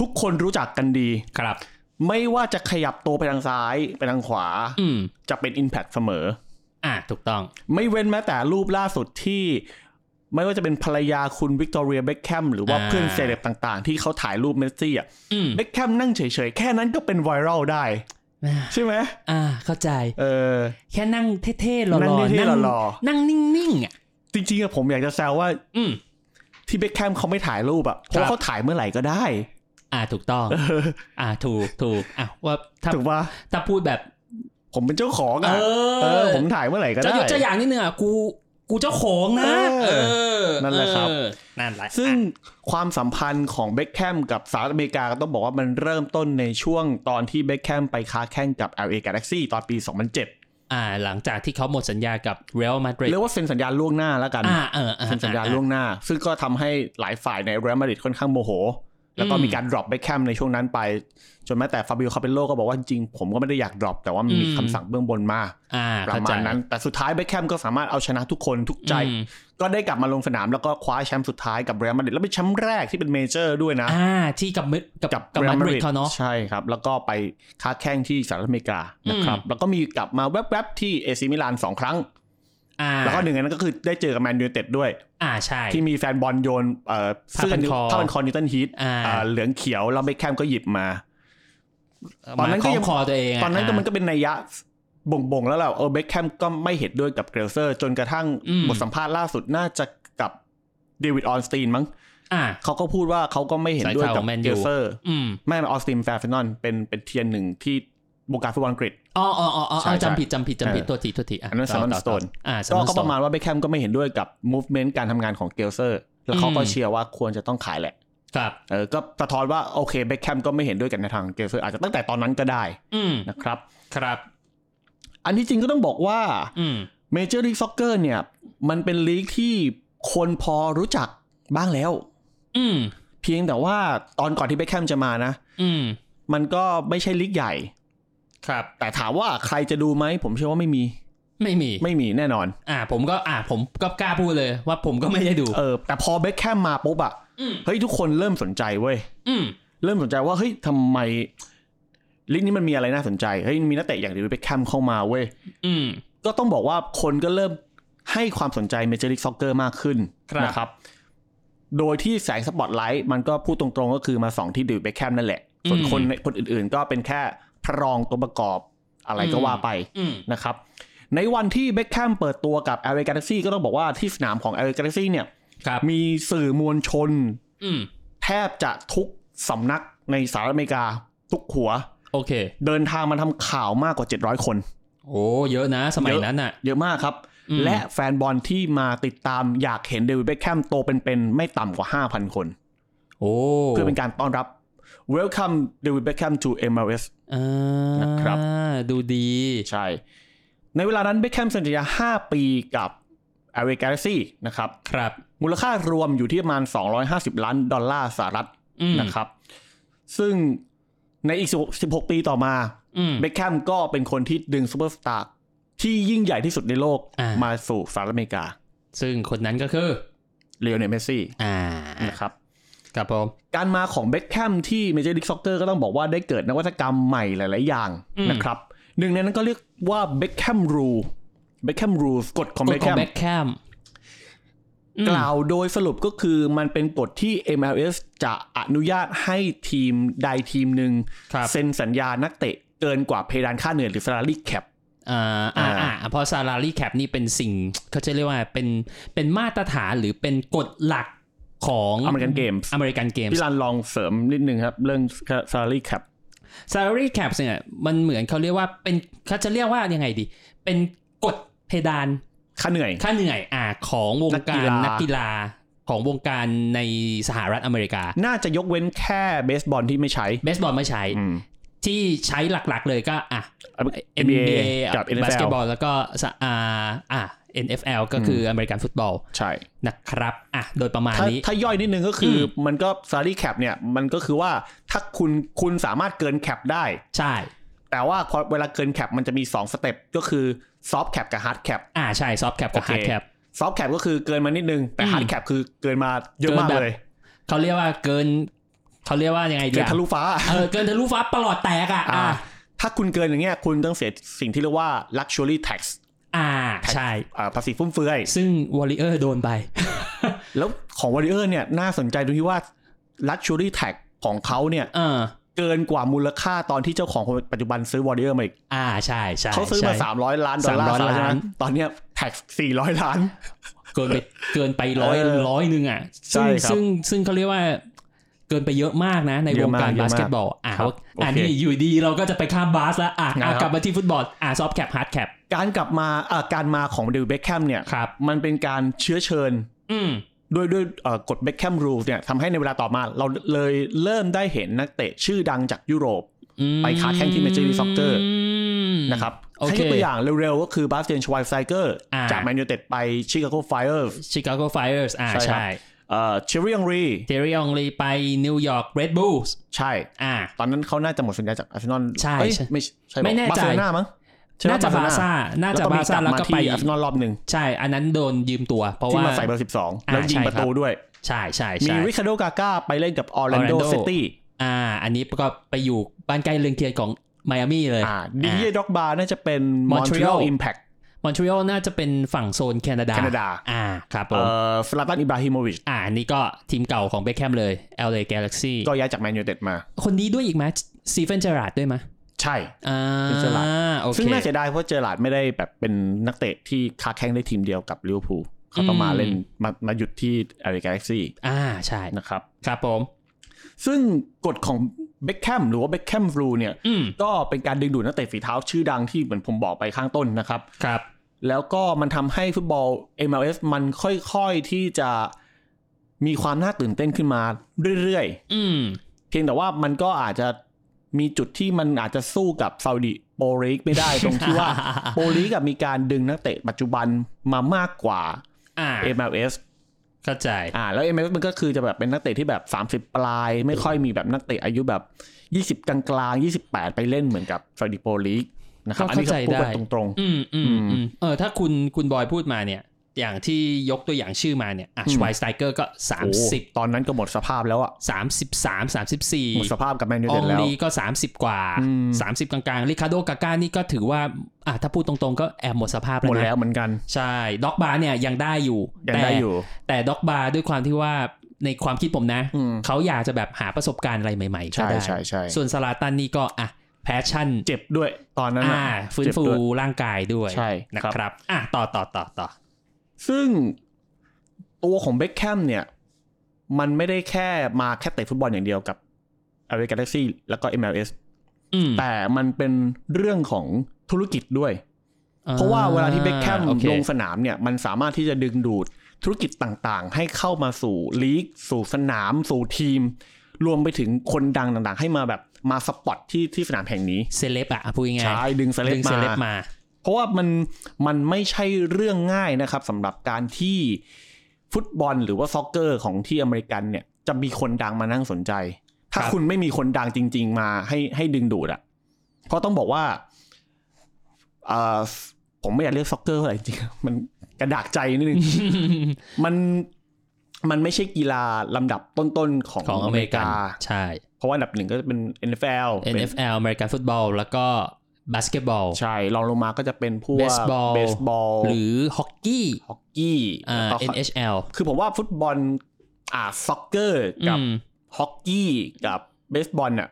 [SPEAKER 3] ทุกคนรู้จักกันดี
[SPEAKER 4] ครับ
[SPEAKER 3] ไม่ว่าจะขยับตัวไปทางซ้ายไปทางขวา
[SPEAKER 4] อืม
[SPEAKER 3] จะเป็น Impact เสมอ
[SPEAKER 4] อ่าถูกต้อง
[SPEAKER 3] ไม่เว้นแม้แต่รูปล่าสุดที่ ไม่ว่าจะเป็นภรรยาคุณวิกตอเรียเบคแคมหรือว่า
[SPEAKER 4] อ่า
[SPEAKER 3] เพื่อนเซเลบต่างๆ ที่เขาถ่ายรูปเมสซี่อ่ะ
[SPEAKER 4] อืม
[SPEAKER 3] เบคแคมนั่งเฉยๆ แค่นั้นก็เป็นไวรัลได้
[SPEAKER 4] อ่า
[SPEAKER 3] ใช่ไหม
[SPEAKER 4] อ่า เข้าใจ
[SPEAKER 3] เออ
[SPEAKER 4] แค่นั่งเท่ๆหล่อๆ
[SPEAKER 3] นั่งเท่ๆหล่อ
[SPEAKER 4] นั่งนิ่งๆอ่ะ
[SPEAKER 3] จริงๆอะผมอยากจะแซวว่า
[SPEAKER 4] อืม
[SPEAKER 3] ที่เบคแคมเขาไม่ถ่ายรูปอ่ะเพราะว่าเขาถ่ายเมื่อไหร่ก็ได้
[SPEAKER 4] อ่าถูกต้อง
[SPEAKER 3] เออ
[SPEAKER 4] อ่าถูกถูกอ่ะว่าถ้า
[SPEAKER 3] ถูกปะ
[SPEAKER 4] ถ้าพูดแบบ
[SPEAKER 3] ผมเป็นเจ้าของ
[SPEAKER 4] เอ
[SPEAKER 3] อ่ะ
[SPEAKER 4] อ
[SPEAKER 3] เออ ผมถ่ายเมื่อไหร่ก็
[SPEAKER 4] จะ
[SPEAKER 3] ได้
[SPEAKER 4] ยกตัวอย่างนิดนึงอ่ะกูกูเจ้าของนะ
[SPEAKER 3] เออ
[SPEAKER 4] อ
[SPEAKER 3] นั่นแหละครับ
[SPEAKER 4] เออนั่นแหละ
[SPEAKER 3] ซึ่งความสัมพันธ์ของเบคแคมกับสหรัฐอเมริกาก็ต้องบอกว่ามันเริ่มต้นในช่วงตอนที่เบคแคมไปค้าแข่งกับ LA Galaxy ตอนปี 2007
[SPEAKER 4] อ่า หลังจากที่เขาหมดสัญญากับเรอัลมาดริด
[SPEAKER 3] เรียกว่าเซ็นสัญญาล่วงหน้าแล้วกัน
[SPEAKER 4] อ่าเออออ
[SPEAKER 3] เซ็นสัญญา
[SPEAKER 4] อ่
[SPEAKER 3] ล่วงหน้า ซึ่งก็ทำให้หลายฝ่ายใน Real Madrid ค่อนข้างโมโห แล้วก็มีการ drop เบคแคมในช่วงนั้นไป จนแม้แต่ฟาบิโอคาเปโลก็บอกว่าจริงๆผมก็ไม่ได้อยาก drop แต่ว่ามันมี
[SPEAKER 4] อืม
[SPEAKER 3] คำสั่งเบื้องบนมา
[SPEAKER 4] อ่า
[SPEAKER 3] ประ
[SPEAKER 4] เข้
[SPEAKER 3] มา
[SPEAKER 4] ใจ
[SPEAKER 3] ณนั้น แต่สุดท้ายเบคแคมก็สามารถเอาชนะทุกคนทุกใจ
[SPEAKER 4] อืม
[SPEAKER 3] ก็ได้กลับมาลงสนามแล้วก็คว้าแชมป์สุดท้ายกับ Real Madrid แล้วเป็นแชมป์แรกที่เป็นเมเจอร์ด้วยนะ
[SPEAKER 4] อ่าที่กับมิกับ
[SPEAKER 3] กับ
[SPEAKER 4] กับ
[SPEAKER 3] เร
[SPEAKER 4] มา
[SPEAKER 3] อัล
[SPEAKER 4] ด
[SPEAKER 3] มาด
[SPEAKER 4] ริด
[SPEAKER 3] ริด
[SPEAKER 4] เขาเนาะ
[SPEAKER 3] ใช่ครับ แล้วก็ไปค้าแข้งที่สหรัฐอเมริกานะครับ
[SPEAKER 4] อืม
[SPEAKER 3] แล้วก็มีกลับมาแวบๆที่เอซิมิลานสองครั้ง
[SPEAKER 4] อ่า
[SPEAKER 3] แล้วก็หนึ่งในนั้นก็คือได้เจอกับแมนยูไนเต็ดด้วย
[SPEAKER 4] อ่าใช่
[SPEAKER 3] ที่มีแฟนบอลโยนเอ่อ
[SPEAKER 4] ผ้า
[SPEAKER 3] เสื้อ
[SPEAKER 4] พันคอ
[SPEAKER 3] ผ้าพันคอนิวตันฮีท
[SPEAKER 4] อ่า
[SPEAKER 3] อ่าเหลืองเขียวแล้วเบคแคมก็หยิบมา ตอนนั้นก็
[SPEAKER 4] มาล้
[SPEAKER 3] ยัง
[SPEAKER 4] งคอตัวเองะ
[SPEAKER 3] ตอนนั้นก็
[SPEAKER 4] า
[SPEAKER 3] มันก็เป็นนัยยะบ่งๆ แล้วแหละเออเบคแคมก็ไม่เห็นด้วยกับเกรลเซอร์ จนกระทั่ง
[SPEAKER 4] อืม
[SPEAKER 3] บทสัมภาษณ์ล่าสุดน่าจะกับเดวิดออนสตีนมั้ง
[SPEAKER 4] อ่า
[SPEAKER 3] เขาก็พูดว่าเขาก็ไม่เห็นด้วยกับ
[SPEAKER 4] สายข่าวของแมนยู
[SPEAKER 3] เกรลเซอร์
[SPEAKER 4] อืม
[SPEAKER 3] ไม่ไม่ออสตินแฟร์ฟินนอนเป็นเป็นเทียนหนึ่งที่วงการฟุตบอลอังกฤษ
[SPEAKER 4] อ๋ออ๋ออ๋ออ๋อ
[SPEAKER 3] ใช่ใช่
[SPEAKER 4] จำผิดจำผิดจำผิด
[SPEAKER 3] เออ
[SPEAKER 4] ตัวทีตัวทีอ่ะ
[SPEAKER 3] อันนั้น
[SPEAKER 4] ต่
[SPEAKER 3] Salmon
[SPEAKER 4] ต่
[SPEAKER 3] Stone
[SPEAKER 4] อ่าส
[SPEAKER 3] ก็
[SPEAKER 4] มัน
[SPEAKER 3] ก็
[SPEAKER 4] ส
[SPEAKER 3] ป
[SPEAKER 4] โต
[SPEAKER 3] ระ
[SPEAKER 4] น
[SPEAKER 3] มาณว่าเบคแคมก็ไม่เห็นด้วยกับมูฟเมนต์การทำงานของเกลเซอร์ แล้วเขาก็
[SPEAKER 4] อืม
[SPEAKER 3] เชียร์ว่าควรจะต้องขายแหละ
[SPEAKER 4] ครับ
[SPEAKER 3] เออก็สะท้อนว่าโอเคเบคแคมก็ไม่เห็นด้วยกันในทางเกมเซอร์อาจจะตั้งแต่ตอนนั้นก็ได้
[SPEAKER 4] อืม
[SPEAKER 3] นะครับ
[SPEAKER 4] ครับ
[SPEAKER 3] อันที่จริงก็ต้องบอกว่า
[SPEAKER 4] อืม
[SPEAKER 3] เมเจอร์ลีกซ็อกเกอร์เนี่ย มันเป็นลีกที่คนพอรู้จักบ้างแล้ว
[SPEAKER 4] อืม
[SPEAKER 3] เพียงแต่ว่าตอนก่อนที่เบคแคมจะมานะ
[SPEAKER 4] อืม
[SPEAKER 3] มันก็ไม่ใช่ลีกใหญ่
[SPEAKER 4] ครับ
[SPEAKER 3] แต่ถามว่าใครจะดูไหม ผมเชื่อว่าไม่มี
[SPEAKER 4] ไม่มี
[SPEAKER 3] ไม่มีแน่นอน
[SPEAKER 4] อ่า ผมก็อ่า ผมก็กล้าพูดเลย ว่าผมก็ไม่ได้ดู
[SPEAKER 3] เออ แต่พอเบคแคมมาปุ๊บอะ
[SPEAKER 4] อืม
[SPEAKER 3] เฮ้ยทุกคนเริ่มสนใจเว้ย
[SPEAKER 4] อืม
[SPEAKER 3] เริ่มสนใจว่า เฮ้ยทำไมลีกนี้มันมีอะไรน่าสนใจ เฮ้ยมีนักเตะอย่างเดวิดเบคแคมเข้ามาเว้ย
[SPEAKER 4] อืม
[SPEAKER 3] ก็ต้องบอกว่าคนก็เริ่มให้ความสนใจเมเจอร์ลีกซ็อกเกอร์มากขึ้น
[SPEAKER 4] ครับ
[SPEAKER 3] นะครับ โดยที่แสงสปอตไลท์มันก็พูดตรงๆก็คือมาสองที่เดวิดเบคแคมนั่นแหละ ส่วนคนในคนอื่นๆ ก็เป็นแค่พระรองตัวประกอบอะไรก็ว่าไป
[SPEAKER 4] อืม
[SPEAKER 3] นะครับในวันที่เบคแคมเปิดตัวกับแอร์เวย์กาแล็กซี่ก็ต้องบอกว่าที่สนามของแอร์เวย์กาแล็กซี่เนี่ย
[SPEAKER 4] ครับ
[SPEAKER 3] มีสื่อมวลชน
[SPEAKER 4] อืม
[SPEAKER 3] แทบจะทุกสำนักในสหรัฐอเมริกา ทุกหัว
[SPEAKER 4] โอเค
[SPEAKER 3] เดินทางมาทำข่าวมากกว่า 700 คน
[SPEAKER 4] โอ้เยอะนะ สมัยนั้นอ่ะ
[SPEAKER 3] เยอะมากครับ
[SPEAKER 4] อืม
[SPEAKER 3] และแฟนบอลที่มาติดตามอยากเห็นเดวิดเบคแคมโตเป็นๆไม่ต่ำกว่า 5,000 คน
[SPEAKER 4] โอ้
[SPEAKER 3] เพื่อเป็นการต้อนรับ Welcome David Beckham to MLS
[SPEAKER 4] อ่า
[SPEAKER 3] นะครับ
[SPEAKER 4] ดูดี
[SPEAKER 3] ใช่ ในเวลานั้นเบคแคมเซ็นสัญญา5 ปีกับแอร์เวย์กาแล็กซี่นะครับ
[SPEAKER 4] ครับ
[SPEAKER 3] มูลค่ารวมอยู่ที่ประมาณ 250 ล้านดอลลาร์สหรัฐ
[SPEAKER 4] อืม
[SPEAKER 3] นะครับ ซึ่งในอีก 16 ปีต่อมา
[SPEAKER 4] อืม
[SPEAKER 3] เบคแคมก็เป็นคนที่ดึงซูเปอร์สตาร์ที่ยิ่งใหญ่ที่สุดในโลก
[SPEAKER 4] อ่าม
[SPEAKER 3] มาสู่สหรัฐอเมริกา
[SPEAKER 4] ซึ่งคนนั้นก็คือ
[SPEAKER 3] เลียวเนลเมสซี่
[SPEAKER 4] อ่า
[SPEAKER 3] นะครับ
[SPEAKER 4] ครับผม
[SPEAKER 3] การมาของเบคแคมที่เมเจอร์ลิกซ็อกเกอร์ก็ต้องบอกว่าได้เกิดนวัตกรรมใหม่หลาย ๆ อย่างนะครับ หนึ่งในนั้นก็เรียกว่าเบคแคมรูเบคแคมรูกฎของ
[SPEAKER 4] ก
[SPEAKER 3] เบค
[SPEAKER 4] ฎข
[SPEAKER 3] แค
[SPEAKER 4] อง
[SPEAKER 3] ม
[SPEAKER 4] แบ็คแคม อืม
[SPEAKER 3] กล่าวโดยสรุปก็คือมันเป็นกฎที่ MLS จะอนุญาตให้ทีมใดทีมหนึ่ง
[SPEAKER 4] ครับ
[SPEAKER 3] เซ็นสัญญานักเตะเกินกว่าเพดานค่าเหนื่อยหรือ salary cap
[SPEAKER 4] อ่าอ่าอ่าเพราะซารารีแคปนี่เป็นสิ่งเขาจะเรียกว่าเป็นเป็นมาตรฐานหรือเป็นกฎหลักของ
[SPEAKER 3] American Games
[SPEAKER 4] อเมริกันเกม
[SPEAKER 3] พี่รันลองเสริมนิดนึงครับ เรื่อง salary cap
[SPEAKER 4] salary cap เนี่ยมันเหมือนเขาเรียกว่าเป็นเขาจะเรียกว่ายังไงดี เป็นกฎเพดาน
[SPEAKER 3] ค่าเหนื่อย
[SPEAKER 4] ค่าเหนื่อยอ่าของวงการ
[SPEAKER 3] นั
[SPEAKER 4] นั
[SPEAKER 3] ก
[SPEAKER 4] ก
[SPEAKER 3] กี
[SPEAKER 4] กี
[SPEAKER 3] ฬา
[SPEAKER 4] ฬาของวงการในสหรัฐอเมริกา
[SPEAKER 3] น่าจะยกเว้นแค่เบสบอลที่ไม่ใช้
[SPEAKER 4] เบสบอลไม่ใช้
[SPEAKER 3] อืม
[SPEAKER 4] ที่ใช้หลักๆเลยก็อ่ะ
[SPEAKER 3] NBA กั
[SPEAKER 4] กั
[SPEAKER 3] บบ NFL
[SPEAKER 4] บาสเกตบอลแล้วก็สะอ่าอ่ะ NFL ก็คืออเมริกันฟุตบอล
[SPEAKER 3] ใช่
[SPEAKER 4] นะครับอ่ะโดยประมาณ
[SPEAKER 3] ถ้า
[SPEAKER 4] นี้
[SPEAKER 3] ถ้าย่อยนิดนึงก็คืออมันก็ salary cap เนี่ย มันก็คือว่าถ้าคุณคุณสามารถเกิน cap ได้
[SPEAKER 4] ใช่
[SPEAKER 3] แต่ว่าพอเวลาเกิน cap มันจะมีสองสเต็ปก็คือ soft cap กับ hard cap
[SPEAKER 4] อ่าใช่ซอฟแคปกับ
[SPEAKER 3] โอเค
[SPEAKER 4] ฮาร์ดแคป
[SPEAKER 3] ซอฟต์แคปก็คือเกินมานิดนึง แต่
[SPEAKER 4] อืม
[SPEAKER 3] ฮาร์ดแคปคือเกินมาเยอะมาก
[SPEAKER 4] เกินแบบ
[SPEAKER 3] เลย
[SPEAKER 4] เขาเรียกว่าเกินเขาเรียกว่ายังไงดี
[SPEAKER 3] เกิน
[SPEAKER 4] อ่ะ
[SPEAKER 3] ทะลุฟ้า
[SPEAKER 4] เออเกินทะลุฟ้าประหลอดแตกอ่ะ
[SPEAKER 3] อ่า
[SPEAKER 4] อ่า
[SPEAKER 3] ถ้าคุณเกินอย่างเงี้ยคุณต้องเสียสิ่งที่เรียกว่า luxury tax
[SPEAKER 4] อ่าใช่
[SPEAKER 3] อ่าภาษีฟุ่มเฟือย
[SPEAKER 4] ซึ่งวอลเลเยอร์โดนไป
[SPEAKER 3] แล้วของ Warrior เนี่ยน่าสนใจตรงที่ว่า luxury tax ของเขาเนี่ย
[SPEAKER 4] เออ
[SPEAKER 3] เกินกว่ามูลค่าตอนที่เจ้าของคนปัจจุบันซื้อ Warrior มาอีก
[SPEAKER 4] อ่าใช่ใช่
[SPEAKER 3] เขาซื้อมา
[SPEAKER 4] ใช่
[SPEAKER 3] 300 ล้านดอลลาร์สหรัฐใช่ไหม
[SPEAKER 4] ล้าน
[SPEAKER 3] ตอนเนี้ย tax 400 ล้าน
[SPEAKER 4] เกินไปเกินไปร้อย
[SPEAKER 3] เออ
[SPEAKER 4] ร้อยหนึ่งอ่ะ
[SPEAKER 3] ใช่ครั
[SPEAKER 4] ซึ่ง
[SPEAKER 3] บ
[SPEAKER 4] ซึ่งซึ่งเขาเรียกว่า เกินไปเยอะมากนะ ใน
[SPEAKER 3] เยว อะมา
[SPEAKER 4] ง
[SPEAKER 3] ก
[SPEAKER 4] การ
[SPEAKER 3] เยอะมาก
[SPEAKER 4] บาสเกตบอลอ่ะ
[SPEAKER 3] ครับ
[SPEAKER 4] อั
[SPEAKER 3] โอ
[SPEAKER 4] น
[SPEAKER 3] เค
[SPEAKER 4] นี้อยู่ดีเราก็จะไปข้ามบาสแล้วอ่ะ
[SPEAKER 3] นะครั
[SPEAKER 4] อ่ะ
[SPEAKER 3] บ
[SPEAKER 4] กลับมาที่ฟุตบอลอ่ะซอฟแคปฮาร์ดแคป
[SPEAKER 3] การกลับมาอ่าการมาของเดวิดเบคแคมเนี่ย
[SPEAKER 4] ครับ
[SPEAKER 3] มันเป็นการเชื้อเชิญ
[SPEAKER 4] อืม
[SPEAKER 3] ด้วยด้วยเอ่อกฎเบคแคมรูลเนี่ยทำให้ในเวลาต่อมาเราเลยเริ่มได้เห็นนักเตะชื่อดังจากยุโรป
[SPEAKER 4] อืม
[SPEAKER 3] ไปค้าแข้งที่ Major League Soccer
[SPEAKER 4] ม
[SPEAKER 3] นะครับ
[SPEAKER 4] โอเค
[SPEAKER 3] ให้ยกตัวอย่างเร็วๆ ก็คือบาสเตียนชไวไซเกอร์
[SPEAKER 4] อ่า
[SPEAKER 3] จากแมนยูเต็ดไปชิคาโกไฟเออร์
[SPEAKER 4] ชิคาโกไฟเออร์สอ่า
[SPEAKER 3] ใช่ครับ
[SPEAKER 4] ใช่
[SPEAKER 3] เอ่อเชอรี่องรี
[SPEAKER 4] เทริองลีไปนิวยอร์กเรดบูลส์
[SPEAKER 3] ใช่
[SPEAKER 4] อ่า
[SPEAKER 3] ตอนนั้นเขาน่าจะหมดสัญญาจากอาร์เซนอล
[SPEAKER 4] ใช่
[SPEAKER 3] เอ้ย
[SPEAKER 4] ใช่
[SPEAKER 3] ไม่ใช่
[SPEAKER 4] ไม่แน่
[SPEAKER 3] บา
[SPEAKER 4] ใจ
[SPEAKER 3] ร์เซโลนามั้งใช่ไหม
[SPEAKER 4] น่าจะบา
[SPEAKER 3] ร์เซโล
[SPEAKER 4] ซ่าน่าจะ
[SPEAKER 3] แล้วก็มี
[SPEAKER 4] บาซ่าแล้ว
[SPEAKER 3] ลั
[SPEAKER 4] ก็
[SPEAKER 3] บม
[SPEAKER 4] ไป
[SPEAKER 3] ที่อาร์เซนอลรอบหนึ่ง
[SPEAKER 4] ใช่ อันนั้นโดนยืมตัว เพราะ
[SPEAKER 3] ที่
[SPEAKER 4] ว่า
[SPEAKER 3] มาใส่เบอร์สิบสอง
[SPEAKER 4] อ่า
[SPEAKER 3] แล้วยิง
[SPEAKER 4] ใช่
[SPEAKER 3] ประ
[SPEAKER 4] ครับ
[SPEAKER 3] ตูด้วย
[SPEAKER 4] ใช่ใช่
[SPEAKER 3] มี
[SPEAKER 4] ใช่
[SPEAKER 3] ริคาโดกาก้าไปเล่นกับออร์แลนโด
[SPEAKER 4] Orlando
[SPEAKER 3] ซิตี้
[SPEAKER 4] อ่า อันนี้ก็ไปอยู่บ้านใกล้เรือนเคียงของไมอามี่เลย
[SPEAKER 3] อ่าดีเจด็อกบาร์น่าจะเป็นมอนทรีออ
[SPEAKER 4] Montreal
[SPEAKER 3] ลอิมแพค
[SPEAKER 4] มอนทรีออลน่าจะเป็นฝั่งโซนแคนาดา
[SPEAKER 3] แคนาดา
[SPEAKER 4] อ่า ครับผ
[SPEAKER 3] เอ่
[SPEAKER 4] ม
[SPEAKER 3] อสลาตันอิบราฮิโมวิช
[SPEAKER 4] อ่าอันนี้ก็ทีมเก่าของเบคแคมเลย LA Galaxy
[SPEAKER 3] ก็ย้ายจากแมนยูเต็ดมา
[SPEAKER 4] คนนี้ด้วยอีกไหมซีเฟนเจอราร์ดด้วยไหม
[SPEAKER 3] ใช่
[SPEAKER 4] อ่า
[SPEAKER 3] Steven Gerrard
[SPEAKER 4] โอเค
[SPEAKER 3] ซึ่งน่าเสียดายเพราะเจอหลาดไม่ได้แบบเป็นนักเตะที่ค้าแข่งได้ทีมเดียวกับลิเวอร์พูลเขาต้องมาเล่นมามาหยุดที่แอริกาแล็กซี่
[SPEAKER 4] อ่า ใช่
[SPEAKER 3] นะครับ
[SPEAKER 4] ครับผม
[SPEAKER 3] ซึ่งกฎของเบคแคมหรือว่าเบคแคมรูเนี่ย
[SPEAKER 4] อืม
[SPEAKER 3] ก็เป็นการดึงดูดนักเตะฝีเท้าชื่อดังที่เหมือนผมบอกไปข้างต้นนะครับ
[SPEAKER 4] ครับ
[SPEAKER 3] แล้วก็มันทำให้ฟุตบอล MLS มันค่อยๆที่จะ มีความน่าตื่นเต้นขึ้นมาเรื่อย
[SPEAKER 4] อืม
[SPEAKER 3] ๆ เพียงแต่ว่ามันก็อาจจะมีจุดที่มันอาจจะสู้กับซาอุดิโปรลีกไม่ได้ ตรงที่ ว่า โปรลีกอะมีการดึงนักเตะปัจจุบันมามากกว่า
[SPEAKER 4] อ่า
[SPEAKER 3] MLS
[SPEAKER 4] เข้าใจ
[SPEAKER 3] อ่าแล้วเอ็มมันก็คือจะแบบเป็นนักเตะที่แบบ 30 ปลาย ไม่ค่อยมีแบบนักเตะอายุแบบ 20 กลางๆ 28 ไปเล่นเหมือนกับซาอุดิโปรลีกนะครับ
[SPEAKER 4] ก็
[SPEAKER 3] อัน
[SPEAKER 4] เข้า
[SPEAKER 3] นี้ก็
[SPEAKER 4] ใจ
[SPEAKER 3] พูด
[SPEAKER 4] ได้
[SPEAKER 3] กันตรง
[SPEAKER 4] อืมอืมอืมเออ ถ้าคุณคุณบอยพูดมาเนี่ย อย่างที่ยกตัวอย่างชื่อมาเนี่ยอ่ะ
[SPEAKER 3] อืม
[SPEAKER 4] ชไวสไตเกอร์ก็
[SPEAKER 3] ๆ
[SPEAKER 4] สาม
[SPEAKER 3] โอ้โห
[SPEAKER 4] สิบ
[SPEAKER 3] ตอนนั้นก็หมดสภาพแล้วอ่ะ
[SPEAKER 4] สามสิบสามสามสิบสี่
[SPEAKER 3] หมดสภาพกับแมนยู
[SPEAKER 4] อ
[SPEAKER 3] เต็
[SPEAKER 4] อ
[SPEAKER 3] ด
[SPEAKER 4] ง
[SPEAKER 3] แล้ว
[SPEAKER 4] ลีก็ 30 กว่า
[SPEAKER 3] อืม
[SPEAKER 4] 30 กลางๆ ริคาร์โดกาก้านี่ก็ถือว่าอ่ะถ้าพูดตรงๆ ก็แอบหมดสภาพ
[SPEAKER 3] หม
[SPEAKER 4] แล้
[SPEAKER 3] ด
[SPEAKER 4] วนะ
[SPEAKER 3] แล้วเหมือนกัน
[SPEAKER 4] ใช่ด็อกบาร์เนี่ยยังได้อยู่
[SPEAKER 3] ยังได้อยู่
[SPEAKER 4] แต่แต่ด็อกบาร์ด้วยความที่ว่าในความคิดผมนะ
[SPEAKER 3] อืม
[SPEAKER 4] เขาอยากจะแบบหาประสบการณ์อะไรใหม่ๆก็
[SPEAKER 3] ใช่
[SPEAKER 4] ได้
[SPEAKER 3] ใช่ใช่
[SPEAKER 4] ส่วนซาลาตันนี่ก็อ่ะแพชชั่น
[SPEAKER 3] เจ็บด้วยตอนนั้น
[SPEAKER 4] อ่า
[SPEAKER 3] น่ะ
[SPEAKER 4] ฟื้น
[SPEAKER 3] เจ็บ
[SPEAKER 4] ฟู
[SPEAKER 3] ด้วย
[SPEAKER 4] ร่างกายด้วย
[SPEAKER 3] ใช่
[SPEAKER 4] นะ
[SPEAKER 3] ครั
[SPEAKER 4] ค
[SPEAKER 3] บ
[SPEAKER 4] รับอ่ะต่อต่อต่อต่อ
[SPEAKER 3] ซึ่งตัวของเบคแคมเนี่ย มันไม่ได้แค่มาแค่เตะฟุตบอลอย่างเดียวกับเอเวอเรกาซี่แล้วก็ MLS
[SPEAKER 4] อืม
[SPEAKER 3] แต่มันเป็นเรื่องของธุรกิจด้วย เพราะว่าเวลาที่เบคแคม
[SPEAKER 4] โอ
[SPEAKER 3] ล
[SPEAKER 4] เค
[SPEAKER 3] งสนามเนี่ยมันสามารถที่จะดึงดูดธุรกิจต่างๆ ให้เข้ามาสู่ลีก สู่สนาม สู่ทีม รวมไปถึงคนดังต่างๆ ให้มาแบบมาสปอตที่ที่สนามแห่งนี้
[SPEAKER 4] เซเลบอ่ะพูดง่าย
[SPEAKER 3] ใช่ดึงเซเล
[SPEAKER 4] ๆ
[SPEAKER 3] บ
[SPEAKER 4] ดึงเซเลบ
[SPEAKER 3] มา
[SPEAKER 4] มา
[SPEAKER 3] เพราะว่ามันมันไม่ใช่เรื่องง่ายนะครับสำหรับการที่ฟุตบอลหรือว่าซ็อกเกอร์ของที่อเมริกันเนี่ยจะมีคนดังมานั่งสนใจ ถ้า
[SPEAKER 4] ครับ
[SPEAKER 3] คุณไม่มีคนดังจริง ๆ มาให้ให้ดึงดูดอะ่ะเพราะต้องบอกว่าเอ่อผมไม่อยากเรียกซ็อกเกอร์อะไรจริงๆมัน กระดากใจนิดนึง มันมันไม่ใช่กีฬาลำดับต้นๆของ
[SPEAKER 4] ของอเมริกันใช่
[SPEAKER 3] เพราะว่าอันดับหนึ่งก็จะเป็น NFL เป็น
[SPEAKER 4] NFL อเมริกันฟุตบอลแล้วก็บาสเกตบอล
[SPEAKER 3] ใช่รองลงมาก็จะเป็นพวก
[SPEAKER 4] Baseball
[SPEAKER 3] เบสบอล
[SPEAKER 4] หรือฮอกกี้
[SPEAKER 3] ฮอกกี้
[SPEAKER 4] อ่า
[SPEAKER 3] แล้วก็
[SPEAKER 4] NHL
[SPEAKER 3] คือผมว่าฟุตบอล อ่าซ็อกเกอร์กับ
[SPEAKER 4] อืม
[SPEAKER 3] ฮอกกี้กับเบสบอลน่ะ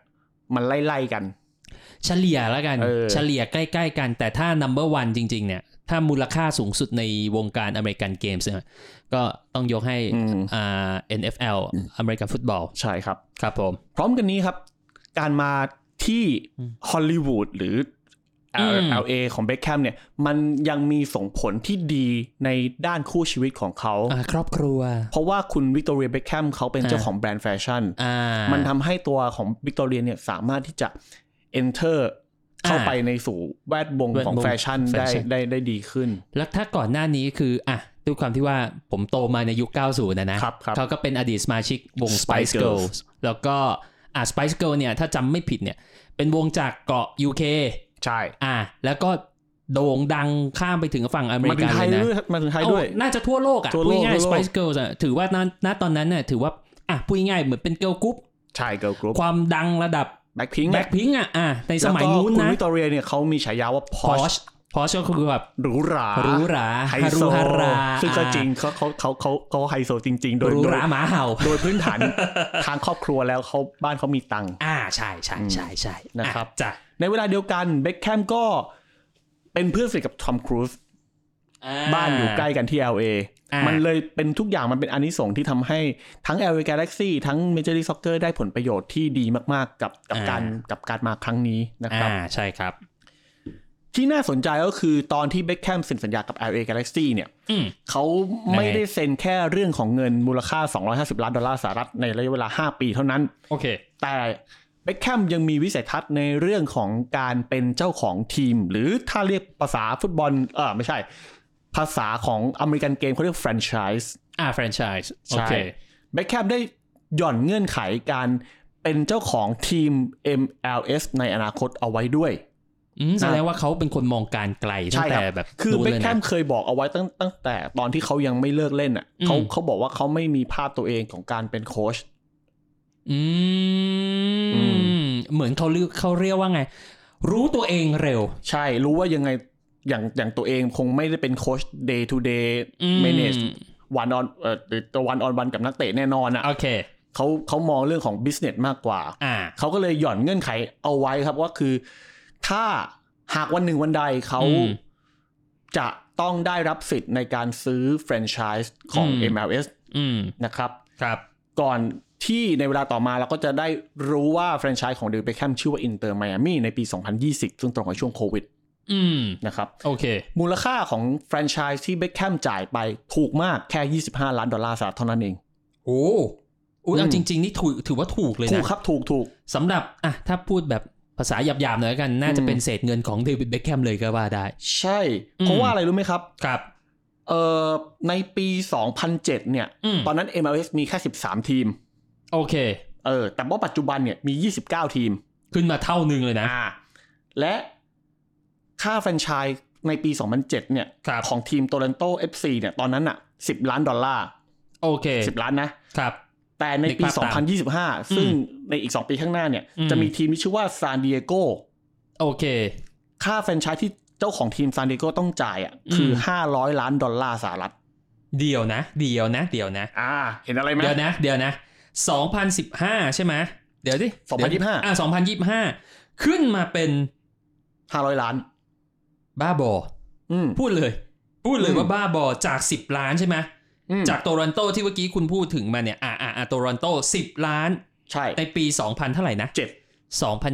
[SPEAKER 3] มันไล่ๆกัน
[SPEAKER 4] เฉลี่ยแล้วกัน
[SPEAKER 3] เออ
[SPEAKER 4] เฉลี่ยใกล้ๆกัน แต่ถ้า number one จริง ๆ เนี่ย ถ้ามูลค่าสูงสุดในวงการอเมริกันเกมส์เนี่ยก็ต้องยกให้
[SPEAKER 3] อืม
[SPEAKER 4] อ่า NFL อเมริกันฟุตบอล
[SPEAKER 3] ใช่ครับ
[SPEAKER 4] ครับผม
[SPEAKER 3] พร้อมกันนี้ครับ การมาที่ฮอลลีวูดหรือเอ
[SPEAKER 4] อืม
[SPEAKER 3] ลเอของเบคแคมเนี่ย มันยังมีส่งผลที่ดีในด้านคู่ชีวิตของเขา
[SPEAKER 4] อ่าครอบครัว
[SPEAKER 3] เพราะว่าคุณวิกตอเรียเบคแคมเขาเป็นเจ้า
[SPEAKER 4] อ่า
[SPEAKER 3] ของแบรนด์แฟชั่น
[SPEAKER 4] อ่า
[SPEAKER 3] มันทำให้ตัวของวิกตอเรียเนี่ยสามารถที่จะ enter เข้า
[SPEAKER 4] อ่า
[SPEAKER 3] ไปในสู่แวดวง
[SPEAKER 4] แวดวง
[SPEAKER 3] ของแฟชั่น
[SPEAKER 4] แฟ
[SPEAKER 3] ได้
[SPEAKER 4] ชั่น
[SPEAKER 3] ได้ได้ดีขึ้น
[SPEAKER 4] แล้วถ้าก่อนหน้านี้คืออ่ะด้วยความที่ว่าผมโตมาในยุค 90 นะนะครับ
[SPEAKER 3] ครับ
[SPEAKER 4] เขาก็เป็นอดีตสมาชิกวง Spice
[SPEAKER 3] Spice Girls
[SPEAKER 4] Girls แล้วก็อ่ะ Spice Girls เนี่ยถ้าจำไม่ผิดเนี่ย เป็นวงจากเกาะ UK
[SPEAKER 3] ใช่
[SPEAKER 4] อ่ะแล้วก็โด่งดังข้ามไปถึงฝั่งอเม
[SPEAKER 3] มา
[SPEAKER 4] ริ
[SPEAKER 3] ถึ
[SPEAKER 4] กัน
[SPEAKER 3] งไทย
[SPEAKER 4] เลยนะ
[SPEAKER 3] ด้วยมาถึงไทย
[SPEAKER 4] โอ้
[SPEAKER 3] ด้วย
[SPEAKER 4] น่าจะทั่วโลกอ่ะ
[SPEAKER 3] ทั่ว
[SPEAKER 4] พู
[SPEAKER 3] โล
[SPEAKER 4] ด
[SPEAKER 3] ก
[SPEAKER 4] ง่าย
[SPEAKER 3] ทั่วโลก
[SPEAKER 4] Spice Girls อ่ะถือว่าณณตอนนั้นน่ะถือว่าอ่ะพูดง่ายๆเหมือนเป็นเกิร์ลกรุ๊ป
[SPEAKER 3] ใช่เกิร์ลกรุ๊ป
[SPEAKER 4] ความดังระดับ
[SPEAKER 3] แบ็คพิงค์
[SPEAKER 4] แบ็คพิงอ่ะอ่ะในสมัยนู้น
[SPEAKER 3] คุณ
[SPEAKER 4] นะ
[SPEAKER 3] วิกตอเรียเนี่ยเขามีฉายาว่าพ
[SPEAKER 4] พ
[SPEAKER 3] อ
[SPEAKER 4] อ
[SPEAKER 3] ช
[SPEAKER 4] ชพอชก็คือแบบ
[SPEAKER 3] หรูหรา
[SPEAKER 4] หรูหรา
[SPEAKER 3] ไฮ
[SPEAKER 4] ฮารุ
[SPEAKER 3] โซ
[SPEAKER 4] ฮารา
[SPEAKER 3] ซึ่งก็
[SPEAKER 4] อ่า
[SPEAKER 3] จริงเขาเขาเขาเขาเขาไฮโซจริง ๆ
[SPEAKER 4] ห
[SPEAKER 3] โดย
[SPEAKER 4] รู
[SPEAKER 3] โด
[SPEAKER 4] ห
[SPEAKER 3] ย
[SPEAKER 4] ราหมาเห่า
[SPEAKER 3] โดยพื้นฐาน ทางครอบครัวแล้วเขาบ้านเขามีตังค์
[SPEAKER 4] อ่าใช่ใช่ใช่ใช่
[SPEAKER 3] นะครับ
[SPEAKER 4] อ่จ้ะ
[SPEAKER 3] ในเวลาเดียวกันเบคแคมก็เป็นเพื่อนสนิทกับทอมครูซ
[SPEAKER 4] อ่
[SPEAKER 3] บ้านอยู่ใกล้กันที่ LA
[SPEAKER 4] อ่ามั
[SPEAKER 3] มันเลยเป็นทุกอย่างมันเป็นอานิสงส์ที่ทำให้ทั้ง LA Galaxy ทั้ง Major League Soccer ได้ผลประโยชน์ที่ดีมากๆ กับกับการกับการมาครั้งนี้นะครับ
[SPEAKER 4] อ่าใช่ครับ
[SPEAKER 3] ที่น่าสนใจก็คือตอนที่เบคแคมเซ็นสัญญากับ LA Galaxy เนี่ย
[SPEAKER 4] อืม
[SPEAKER 3] เขาไม่ได้เซ็นแค่เรื่องของเงินมูลค่า 250 ล้านดอลลาร์สหรัฐในระยะเวลา 5 ปีเท่านั้น
[SPEAKER 4] โอเค
[SPEAKER 3] แต่เบคแคมยังมีวิสัยทัศน์ในเรื่องของการเป็นเจ้าของทีม หรือถ้าเรียกภาษาฟุตบอลเออไม่ใช่ ภาษาของอเมริกันเกมเขาเรียกแฟรนไชส์
[SPEAKER 4] อ่าแฟรนไชส์โอ
[SPEAKER 3] ใช่
[SPEAKER 4] เค
[SPEAKER 3] เบคแคมได้หย่อนเงื่อนไขการเป็นเจ้าของทีม MLS ในอนาคตเอาไว้ด้วย
[SPEAKER 4] อืมแสดงว่าเขาเป็นคนมองการไกลตั้
[SPEAKER 3] ใช่
[SPEAKER 4] ง
[SPEAKER 3] ครั
[SPEAKER 4] แต่
[SPEAKER 3] บ
[SPEAKER 4] แบบ
[SPEAKER 3] คือ
[SPEAKER 4] นู้น
[SPEAKER 3] เบค
[SPEAKER 4] ลย
[SPEAKER 3] แค
[SPEAKER 4] นะ
[SPEAKER 3] มเคยบอกเอาไว้ตั้งตั้งแต่ตอนที่เขายังไม่เลิกเล่นอ่ะเขา
[SPEAKER 4] อืม
[SPEAKER 3] เขาบอกว่าเขาไม่มีภาพตัวเองของการเป็นโค้ช
[SPEAKER 4] อื
[SPEAKER 3] อื
[SPEAKER 4] ม เหมือนเขาเรียกเขาเรียกว่าไง รู้ตัวเองเร็ว
[SPEAKER 3] ใช่รู้ว่ายังไงอย่างอย่างตัวเองคงไม่ได้เป็นโค้ช day to day
[SPEAKER 4] อืม
[SPEAKER 3] manage one on เอ่อหรือตัว one on one กับนักเตะแน่นอนอ่ะ
[SPEAKER 4] โอเค
[SPEAKER 3] เขาเขามองเรื่องของ business มากกว่า
[SPEAKER 4] อ่า
[SPEAKER 3] เขาก็เลยหย่อนเงื่อนไขเอาไว้ครับว่าคือ ถ้าหากวันหนึ่งวันใดเขา
[SPEAKER 4] อืม
[SPEAKER 3] จะต้องได้รับสิทธิ์ในการซื้อแฟรนไชส์ของ
[SPEAKER 4] อืม
[SPEAKER 3] MLS
[SPEAKER 4] อืม
[SPEAKER 3] นะครับ
[SPEAKER 4] ครับ
[SPEAKER 3] ก่อนที่ในเวลาต่อมาเราก็จะได้รู้ว่าแฟรนไชส์ของเดวิดเบคแฮมชื่อว่าอินเตอร์ไมอามีในปี 2020 ซึ่งตรงกับช่วงโควิด
[SPEAKER 4] อืม
[SPEAKER 3] นะครับ
[SPEAKER 4] โอเค
[SPEAKER 3] มูลค่าของแฟรนไชส์ที่เบคแฮมจ่ายไปถูกมากแค่ 25 ล้านดอลลาร์สหรัฐเท่านั้นเอง
[SPEAKER 4] โอ้อุ๊ยเอา
[SPEAKER 3] อืม
[SPEAKER 4] จริง ๆ นี่ถูกถือว่าถูกเลย
[SPEAKER 3] ถู
[SPEAKER 4] นะ
[SPEAKER 3] กครับถูกถูก
[SPEAKER 4] สำหรับอ่ะถ้าพูดแบบภาษาหยาบๆหน่อยละกัน น่าจะเป็นเศษเงินของเดวิดเบคแฮมเลยก็ว่าได้
[SPEAKER 3] ใช่
[SPEAKER 4] อืม
[SPEAKER 3] เพราะว่าอะไรรู้ไหมครับ
[SPEAKER 4] ครับ
[SPEAKER 3] เอ่อในปี 2007 เนี่ย
[SPEAKER 4] อืม
[SPEAKER 3] ตอนนั้น MLS มีแค่ 13 ทีม
[SPEAKER 4] โอเค
[SPEAKER 3] เออ แต่ว่าปัจจุบันเนี่ยมี 29 ทีม
[SPEAKER 4] ขึ้นมาเท่านึงเลยนะ
[SPEAKER 3] อ่า และค่าแฟรนไชส์ในปี 2007 เนี่ย
[SPEAKER 4] ครับ
[SPEAKER 3] ของทีมโตเลนโต FC เนี่ย ตอนนั้นอ่ะ 10 ล้านดอลลาร์
[SPEAKER 4] โอเค
[SPEAKER 3] 10 ล้านนะ
[SPEAKER 4] ครับ
[SPEAKER 3] แต่ในปี
[SPEAKER 4] นึกภาพตาม
[SPEAKER 3] 2025 ซึ่งในอีก 2 ปีข้างหน้าเนี่ย
[SPEAKER 4] อืม
[SPEAKER 3] จะมีทีมที่ชื่อว่าซานดิเอโก
[SPEAKER 4] โอเค
[SPEAKER 3] ค่าแฟรนไชส์ที่เจ้าของทีมซานดิเอโกต้องจ่ายอ่ะ คืออ
[SPEAKER 4] ม
[SPEAKER 3] 500 ล้านดอลลาร์สหรัฐ
[SPEAKER 4] เดียวนะ เดียวนะ เดียวนะ
[SPEAKER 3] อ่า เห็นอะไรไหม
[SPEAKER 4] เดี๋ยวนะ เดี๋ยวนะ 2015 ใช่ไหมเดี๋ยวดิ
[SPEAKER 3] 2025
[SPEAKER 4] อ่ะ2025 ขึ้นมาเป็น
[SPEAKER 3] 500 ล้าน
[SPEAKER 4] บ้าบอ
[SPEAKER 3] อืม
[SPEAKER 4] พูดเลย พูดเลย
[SPEAKER 3] อืม
[SPEAKER 4] ว่าบ้าบอจาก 10 ล้านใช่ไหม
[SPEAKER 3] อืม
[SPEAKER 4] จากโตรอนโตที่เมื่อกี้คุณพูดถึงมาเนี่ย อ่าอ่าอ่าโตรอนโต 10 ล้าน
[SPEAKER 3] ใช่
[SPEAKER 4] ในปี 2000 เท่าไหร่นะ
[SPEAKER 3] เจ็ด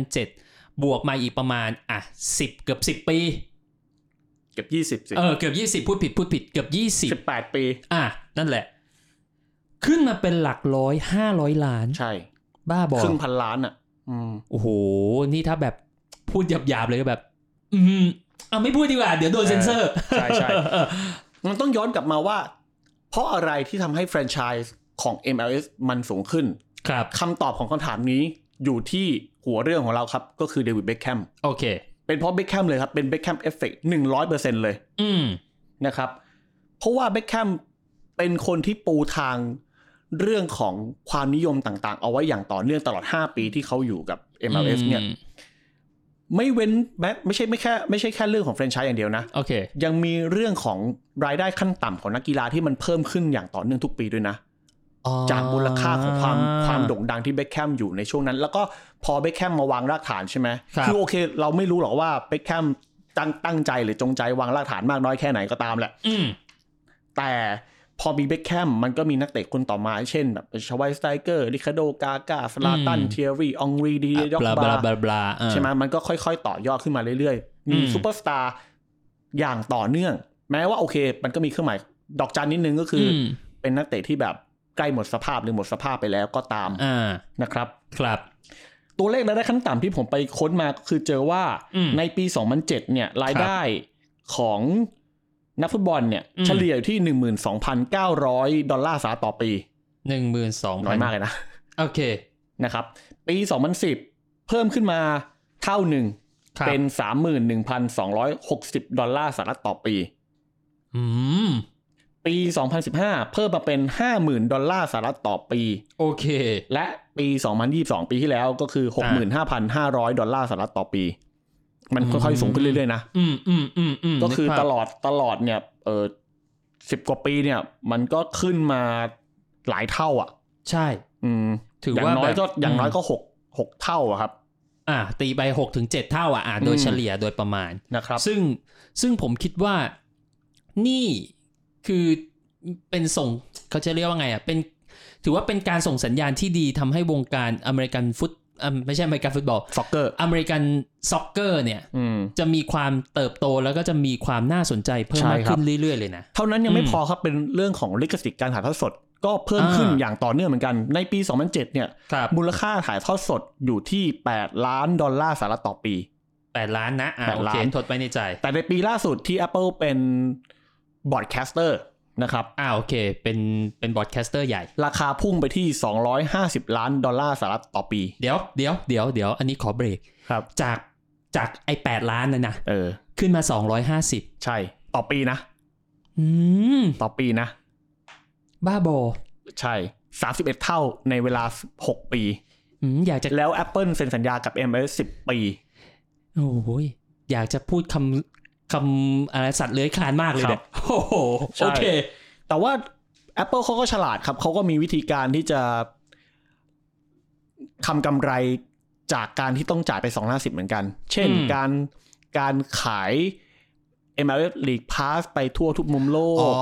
[SPEAKER 4] 2007 บวกมาอีกประมาณอ่ะ10 เกือบ 10 ปี
[SPEAKER 3] เกือบยี่สิบสิ
[SPEAKER 4] เออ เกือบ 20 พูดผิดพูดผิดเกือบ
[SPEAKER 3] สิบแปดปี
[SPEAKER 4] 20 อ่ะ นั่นแหละ ขึ้นมาเป็นหลักร้อยห้าร้อยล้าน
[SPEAKER 3] ใช่
[SPEAKER 4] บ้าบอ
[SPEAKER 3] ครึ่งพันล้านอ่ะ อืม
[SPEAKER 4] โอ้โห นี่ถ้าแบบพูดหยาบๆเลยก็แบบ อืมเอาไม่พูดดีกว่า เดี๋ยวโดนเซ็นเซอร์
[SPEAKER 3] ใช่ใช่ มันต้องย้อนกลับมาว่า เพราะอะไรที่ทำให้แฟรนไชส์ของ MLS มันสูงขึ้น
[SPEAKER 4] ครับ
[SPEAKER 3] คำตอบของคำถามนี้อยู่ที่หัวเรื่องของเราครับ ก็คือเดวิดเบคแคม
[SPEAKER 4] โอเค
[SPEAKER 3] เป็นเพราะเบคแคมเลยครับ เป็นเบคแคมเอฟเฟกต์หนึ่งร้อยเปอร์เซ็นต์เลย
[SPEAKER 4] อืม
[SPEAKER 3] นะครับ เพราะว่าเบคแคมเป็นคนที่ปูทางเรื่องของความนิยมต่างๆ เอาไว้อย่างต่อเนื่องตลอด 5 ปีที่เขาอยู่กับ MLS เนี่ย
[SPEAKER 4] อืม
[SPEAKER 3] ไม่เว้นแม้ไม่ใช่ไม่แค่ไม่ใช่แค่เรื่องของแฟรนไชส์อย่างเดียวนะ
[SPEAKER 4] โอเค
[SPEAKER 3] ยังมีเรื่องของรายได้ขั้นต่ำของนักกีฬาที่มันเพิ่มขึ้นอย่างต่อเนื่องทุกปีด้วยนะ
[SPEAKER 4] อ๋อ
[SPEAKER 3] จากมูลค่าของความความโด่งดังที่เบคแคมอยู่ในช่วงนั้น แล้วก็พอเบคแคมมาวางรากฐานใช่ไหม
[SPEAKER 4] ครับ
[SPEAKER 3] อโอเค เราไม่รู้หรอกว่าเบคแคมตั้งตั้งใจหรือจงใจวางรากฐานมากน้อยแค่ไหนก็ตามแหละ
[SPEAKER 4] อืม
[SPEAKER 3] แต่พอมีเบคแคมมันก็มีนักเตะคนต่อมา เช่นแบบชวายสไตเกอร์ลิคาโดกากาสลาตัน
[SPEAKER 4] อืม
[SPEAKER 3] เทียรีองรีดียอก
[SPEAKER 4] บลาบลา
[SPEAKER 3] บา
[SPEAKER 4] บลาบลาอ่า
[SPEAKER 3] ใช่ไหมมันก็ค่อยๆ ต่อยอดขึ้นมาเรื่อยๆ มี
[SPEAKER 4] อืม
[SPEAKER 3] ซูเปอร์สตาร์อย่างต่อเนื่อง แม้ว่าโอเค มันก็มีเครื่องหมายดอกจันนิดนึงก็คืออ
[SPEAKER 4] ม
[SPEAKER 3] เป็นนักเตะที่แบบใกล้หมดสภาพหรือหมดสภาพไปแล้วก็ตาม
[SPEAKER 4] อ่า
[SPEAKER 3] นะครับ
[SPEAKER 4] ครับ
[SPEAKER 3] ตัวเลขรายได้ขั้นต่ำที่ผมไปค้นมาก็คือเจอว่า
[SPEAKER 4] อืม
[SPEAKER 3] ในปี 2007 เนี่ยรายได้ของนักฟุตบอลเนี่ย
[SPEAKER 4] อืม
[SPEAKER 3] เฉลี่ยอยู่ที่ 12,900 ดอลลาร์สหรัฐต่อปี
[SPEAKER 4] หนึ่งหมื่นสอง
[SPEAKER 3] น้อยมากเลยนะ
[SPEAKER 4] โอเค
[SPEAKER 3] นะครับ ปี 2010 เพิ่มขึ้นมาเท่าหนึ่ง
[SPEAKER 4] ครับ
[SPEAKER 3] เป็น 31,260 ดอลลาร์สหรัฐต่อปี
[SPEAKER 4] อืม
[SPEAKER 3] ปี 2015 เพิ่มมาเป็น 50,000 ดอลลาร์สหรัฐต่อปี
[SPEAKER 4] โอเค
[SPEAKER 3] และปี 2022 ปีที่แล้วก็คือ 65,500 ดอลลาร์สหรัฐต่อปี มันค่อยๆสูงขึ้นเรื่อยๆนะ
[SPEAKER 4] อืมอืมอืมอืม
[SPEAKER 3] ก็คือ
[SPEAKER 4] นึภาพ
[SPEAKER 3] ตลอดตลอดเนี่ยเออสิบกว่าปีเนี่ย มันก็ขึ้นมาหลายเท่าอ่ะ
[SPEAKER 4] ใช่
[SPEAKER 3] อืม
[SPEAKER 4] ถือ
[SPEAKER 3] อย่าง
[SPEAKER 4] ว่า
[SPEAKER 3] น้อยก็
[SPEAKER 4] แบบ
[SPEAKER 3] อย่างน้อย
[SPEAKER 4] อืม
[SPEAKER 3] ก็หกหกเท่าอะครับ
[SPEAKER 4] อ่า ตีไปหกถึงเจ็ดเท่าอ่ะอ่าโดย
[SPEAKER 3] อืม
[SPEAKER 4] เฉลี่ยโดยประมาณ
[SPEAKER 3] นะครับ
[SPEAKER 4] ซึ่งซึ่งผมคิดว่านี่คือเป็นส่งเขาจะเรียกว่าไงอ่ะเป็นถือว่าเป็นการส่งสัญญาณที่ดีทำให้วงการอเมริกันฟุตอ่ะไม่ใช่อเมริกันฟุตบอล
[SPEAKER 3] ซ็อกเกอร์
[SPEAKER 4] อเมริกันซ็อกเกอร์เนี่ย
[SPEAKER 3] อืม
[SPEAKER 4] จะมีความเติบโตแล้วก็จะมีความน่าสนใจเพิ่ม
[SPEAKER 3] ใช่
[SPEAKER 4] มาก
[SPEAKER 3] ครับ
[SPEAKER 4] ขึ้นเรื่อยๆเลยนะ
[SPEAKER 3] เท่านั้นยังไม่
[SPEAKER 4] อืม
[SPEAKER 3] พอครับ เป็นเรื่องของลิขสิทธิ์การถ่ายทอดสด ก็เพิ่มขึ้น
[SPEAKER 4] อ่า
[SPEAKER 3] อย่างต่อเนื่องเหมือนกัน ในปี 2007 เนี่ย
[SPEAKER 4] ครับ
[SPEAKER 3] มูลค่าถ่ายทอดสดอยู่ที่ 8 ล้านดอลลาร์สหรัฐต่อปี
[SPEAKER 4] แปดล้านนะอ่า
[SPEAKER 3] แปด
[SPEAKER 4] โอ
[SPEAKER 3] ล้า
[SPEAKER 4] เคน ทดไปในใจ
[SPEAKER 3] แต่ในปีล่าสุดที่ Apple เป็นบอร์ดแคสเตอร์นะครับ
[SPEAKER 4] อ่าโอเค เป็นเป็นบอดแคสเตอร์ใหญ่
[SPEAKER 3] ราคาพุ่งไปที่ 250 ล้านดอลลาร์สหรัฐต่อปี
[SPEAKER 4] เดี๋ยวเดี๋ยวเดี๋ยวเดี๋ยวอันนี้ขอเบรก
[SPEAKER 3] ครับ
[SPEAKER 4] จากจากไอ้แปดล้านนั่นนะ
[SPEAKER 3] เออ
[SPEAKER 4] ขึ้นมาสองร้อยห้าสิบ
[SPEAKER 3] ใช่ ต่อปีนะ
[SPEAKER 4] อืม
[SPEAKER 3] ต่อปีนะ
[SPEAKER 4] บ้าบอ
[SPEAKER 3] ใช่ 31 เท่าในเวลา 6 ปี
[SPEAKER 4] อืมอยากจะ
[SPEAKER 3] แล้ว Apple เซ็นสัญญากับ MS 10 ปี
[SPEAKER 4] โอ้ยอยากจะพูดคำคำอะไรสัตว์เลื้อยคลานมากเลยเนี่ยโอ้โห
[SPEAKER 3] ใช่
[SPEAKER 4] โอเค
[SPEAKER 3] แต่ว่า Apple เขาก็ฉลาดครับ เขาก็มีวิธีการที่จะทำกำไรจากการที่ต้องจ่ายไป 250 เหมือนกัน เช่น
[SPEAKER 4] อืม
[SPEAKER 3] การการขาย MLS League Pass ไปทั่วทุกมุมโลก
[SPEAKER 4] อ๋อ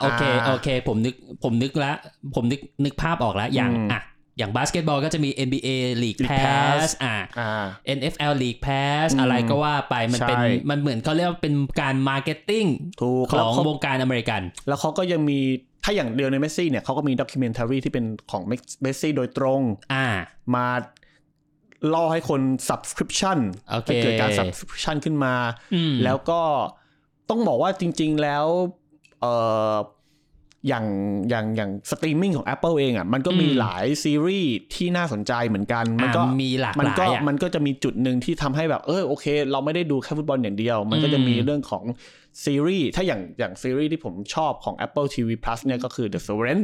[SPEAKER 4] โอเค
[SPEAKER 3] อ่า
[SPEAKER 4] โอเค ผมนึกผมนึกละผมนึกนึกภาพออกแล้วอย่าง
[SPEAKER 3] อืม
[SPEAKER 4] อ่ะอย่างบาสเกตบอลก็จะมี NBA League
[SPEAKER 3] League
[SPEAKER 4] Pass
[SPEAKER 3] Pass
[SPEAKER 4] อ่ะ
[SPEAKER 3] อ่า
[SPEAKER 4] NFL League Pass
[SPEAKER 3] อืม
[SPEAKER 4] อะไรก็ว่าไปมันเป็น
[SPEAKER 3] ใช่
[SPEAKER 4] มันเหมือนเขาเรียกว่าเป็นการมาร์เก็ตติ้ง
[SPEAKER 3] ถูก
[SPEAKER 4] ข
[SPEAKER 3] แล้ว
[SPEAKER 4] อง
[SPEAKER 3] เขา
[SPEAKER 4] วงการอเมริกัน
[SPEAKER 3] แล้วเขาก็ยังมี ถ้าอย่างเดียวในเมสซี่เนี่ยเขาก็มีด็อกิเมนทารีที่เป็นของเมสซี่โดยตรง
[SPEAKER 4] อ่า
[SPEAKER 3] มาล่อให้คน subscription
[SPEAKER 4] โอเค
[SPEAKER 3] ให้เกิดการ subscription ขึ้นมา
[SPEAKER 4] อืม
[SPEAKER 3] แล้วก็ต้องบอกว่าจริง ๆ แล้วเอ่ออย่างอย่างอย่างสตรีมมิ่งของ Apple เองอ่ะมันก็มีหลายซีรีส์ที่น่าสนใจเหมือนกัน มันก็
[SPEAKER 4] อ่ะมีหลาก
[SPEAKER 3] มั
[SPEAKER 4] ห
[SPEAKER 3] นก็
[SPEAKER 4] ลายอ่ะ
[SPEAKER 3] มันก็จะมีจุดหนึ่งที่ทำให้แบบเออโอเค เราไม่ได้ดูแค่ฟุตบอลอย่างเดียว มันก็จะมี
[SPEAKER 4] อืม
[SPEAKER 3] เรื่องของซีรีส์ถ้าอย่างอย่างซีรีส์ที่ผมชอบของ Apple TV Plus เนี่ยก็คือ The Sovereign